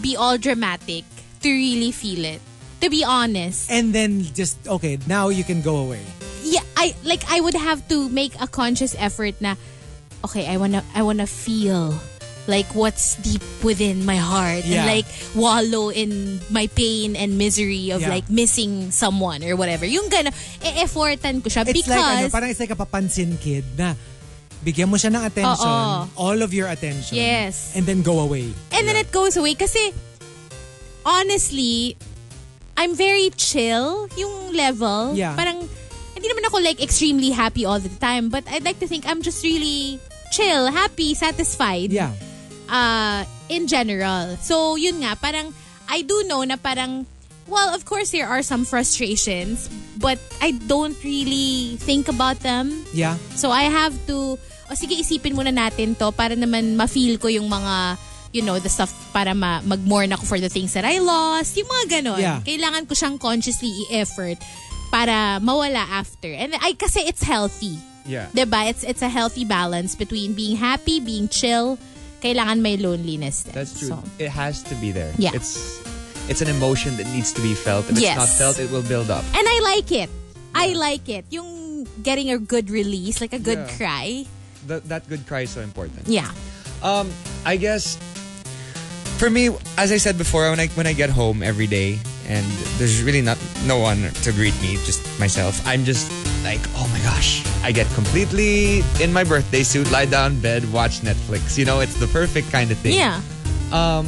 B: be all dramatic to really feel it. To be honest.
A: and then just okay now you can go away
B: Yeah, I like I would have to make a conscious effort na okay, I wanna I wanna feel like what's deep within my heart and
A: Yeah.
B: like wallow in my pain and misery of
A: Yeah.
B: like missing someone or whatever. Yung gana, e-effortan ko siya
A: it's
B: because
A: like ano, parang it's like a papansin kid na bigyan mo siya ng attention
B: Oo.
A: all of your attention
B: Yes.
A: and then go away
B: And then it goes away kasi honestly, I'm very chill yung level.
A: Yeah.
B: Parang hindi naman ako like extremely happy all the time, but I'd like to think I'm just really chill, happy, satisfied.
A: yeah
B: Uh in general. So yun nga, parang I do know na parang well, of course there are some frustrations, but I don't really think about them.
A: yeah
B: So I have to, o sige isipin muna natin to para naman ma-feel ko yung mga, you know, the stuff para ma- mag-mourn ako for the things that I lost. Yung mga ganon.
A: Yeah.
B: Kailangan ko siyang consciously i-effort para mawala after. And I, kasi it's healthy.
C: Yeah.
B: 'Di ba? Diba? It's, it's a healthy balance between being happy, being chill. Kailangan may loneliness din.
C: That's true.
B: So,
C: It has to be there.
B: Yeah.
C: It's it's an emotion that needs to be felt. If it's
B: Yes.
C: not felt, it will build up.
B: and I like it. I like it. Yung getting a good release, like a good
C: Yeah.
B: cry.
C: That that good cry is so important.
B: Yeah.
C: Um, I guess for me, as I said before, when I when I get home every day and there's really not no one to greet me, just myself. I'm just like, oh my gosh, I get completely in my birthday suit, lie down, bed, watch Netflix. You know, it's the perfect kind of thing.
B: Yeah.
C: Um,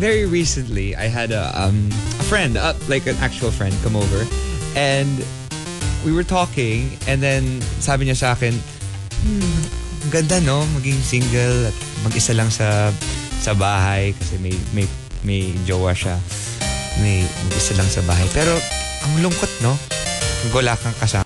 C: very recently, I had a um a friend, uh, like an actual friend, come over, and we were talking, and then sabi niya sa akin, hmm, ang ganda no, maging single at mag-isa lang sa sa bahay kasi may may may jowa siya. May mag-isa lang sa bahay. Pero ang lungkot no, wala kang kasama.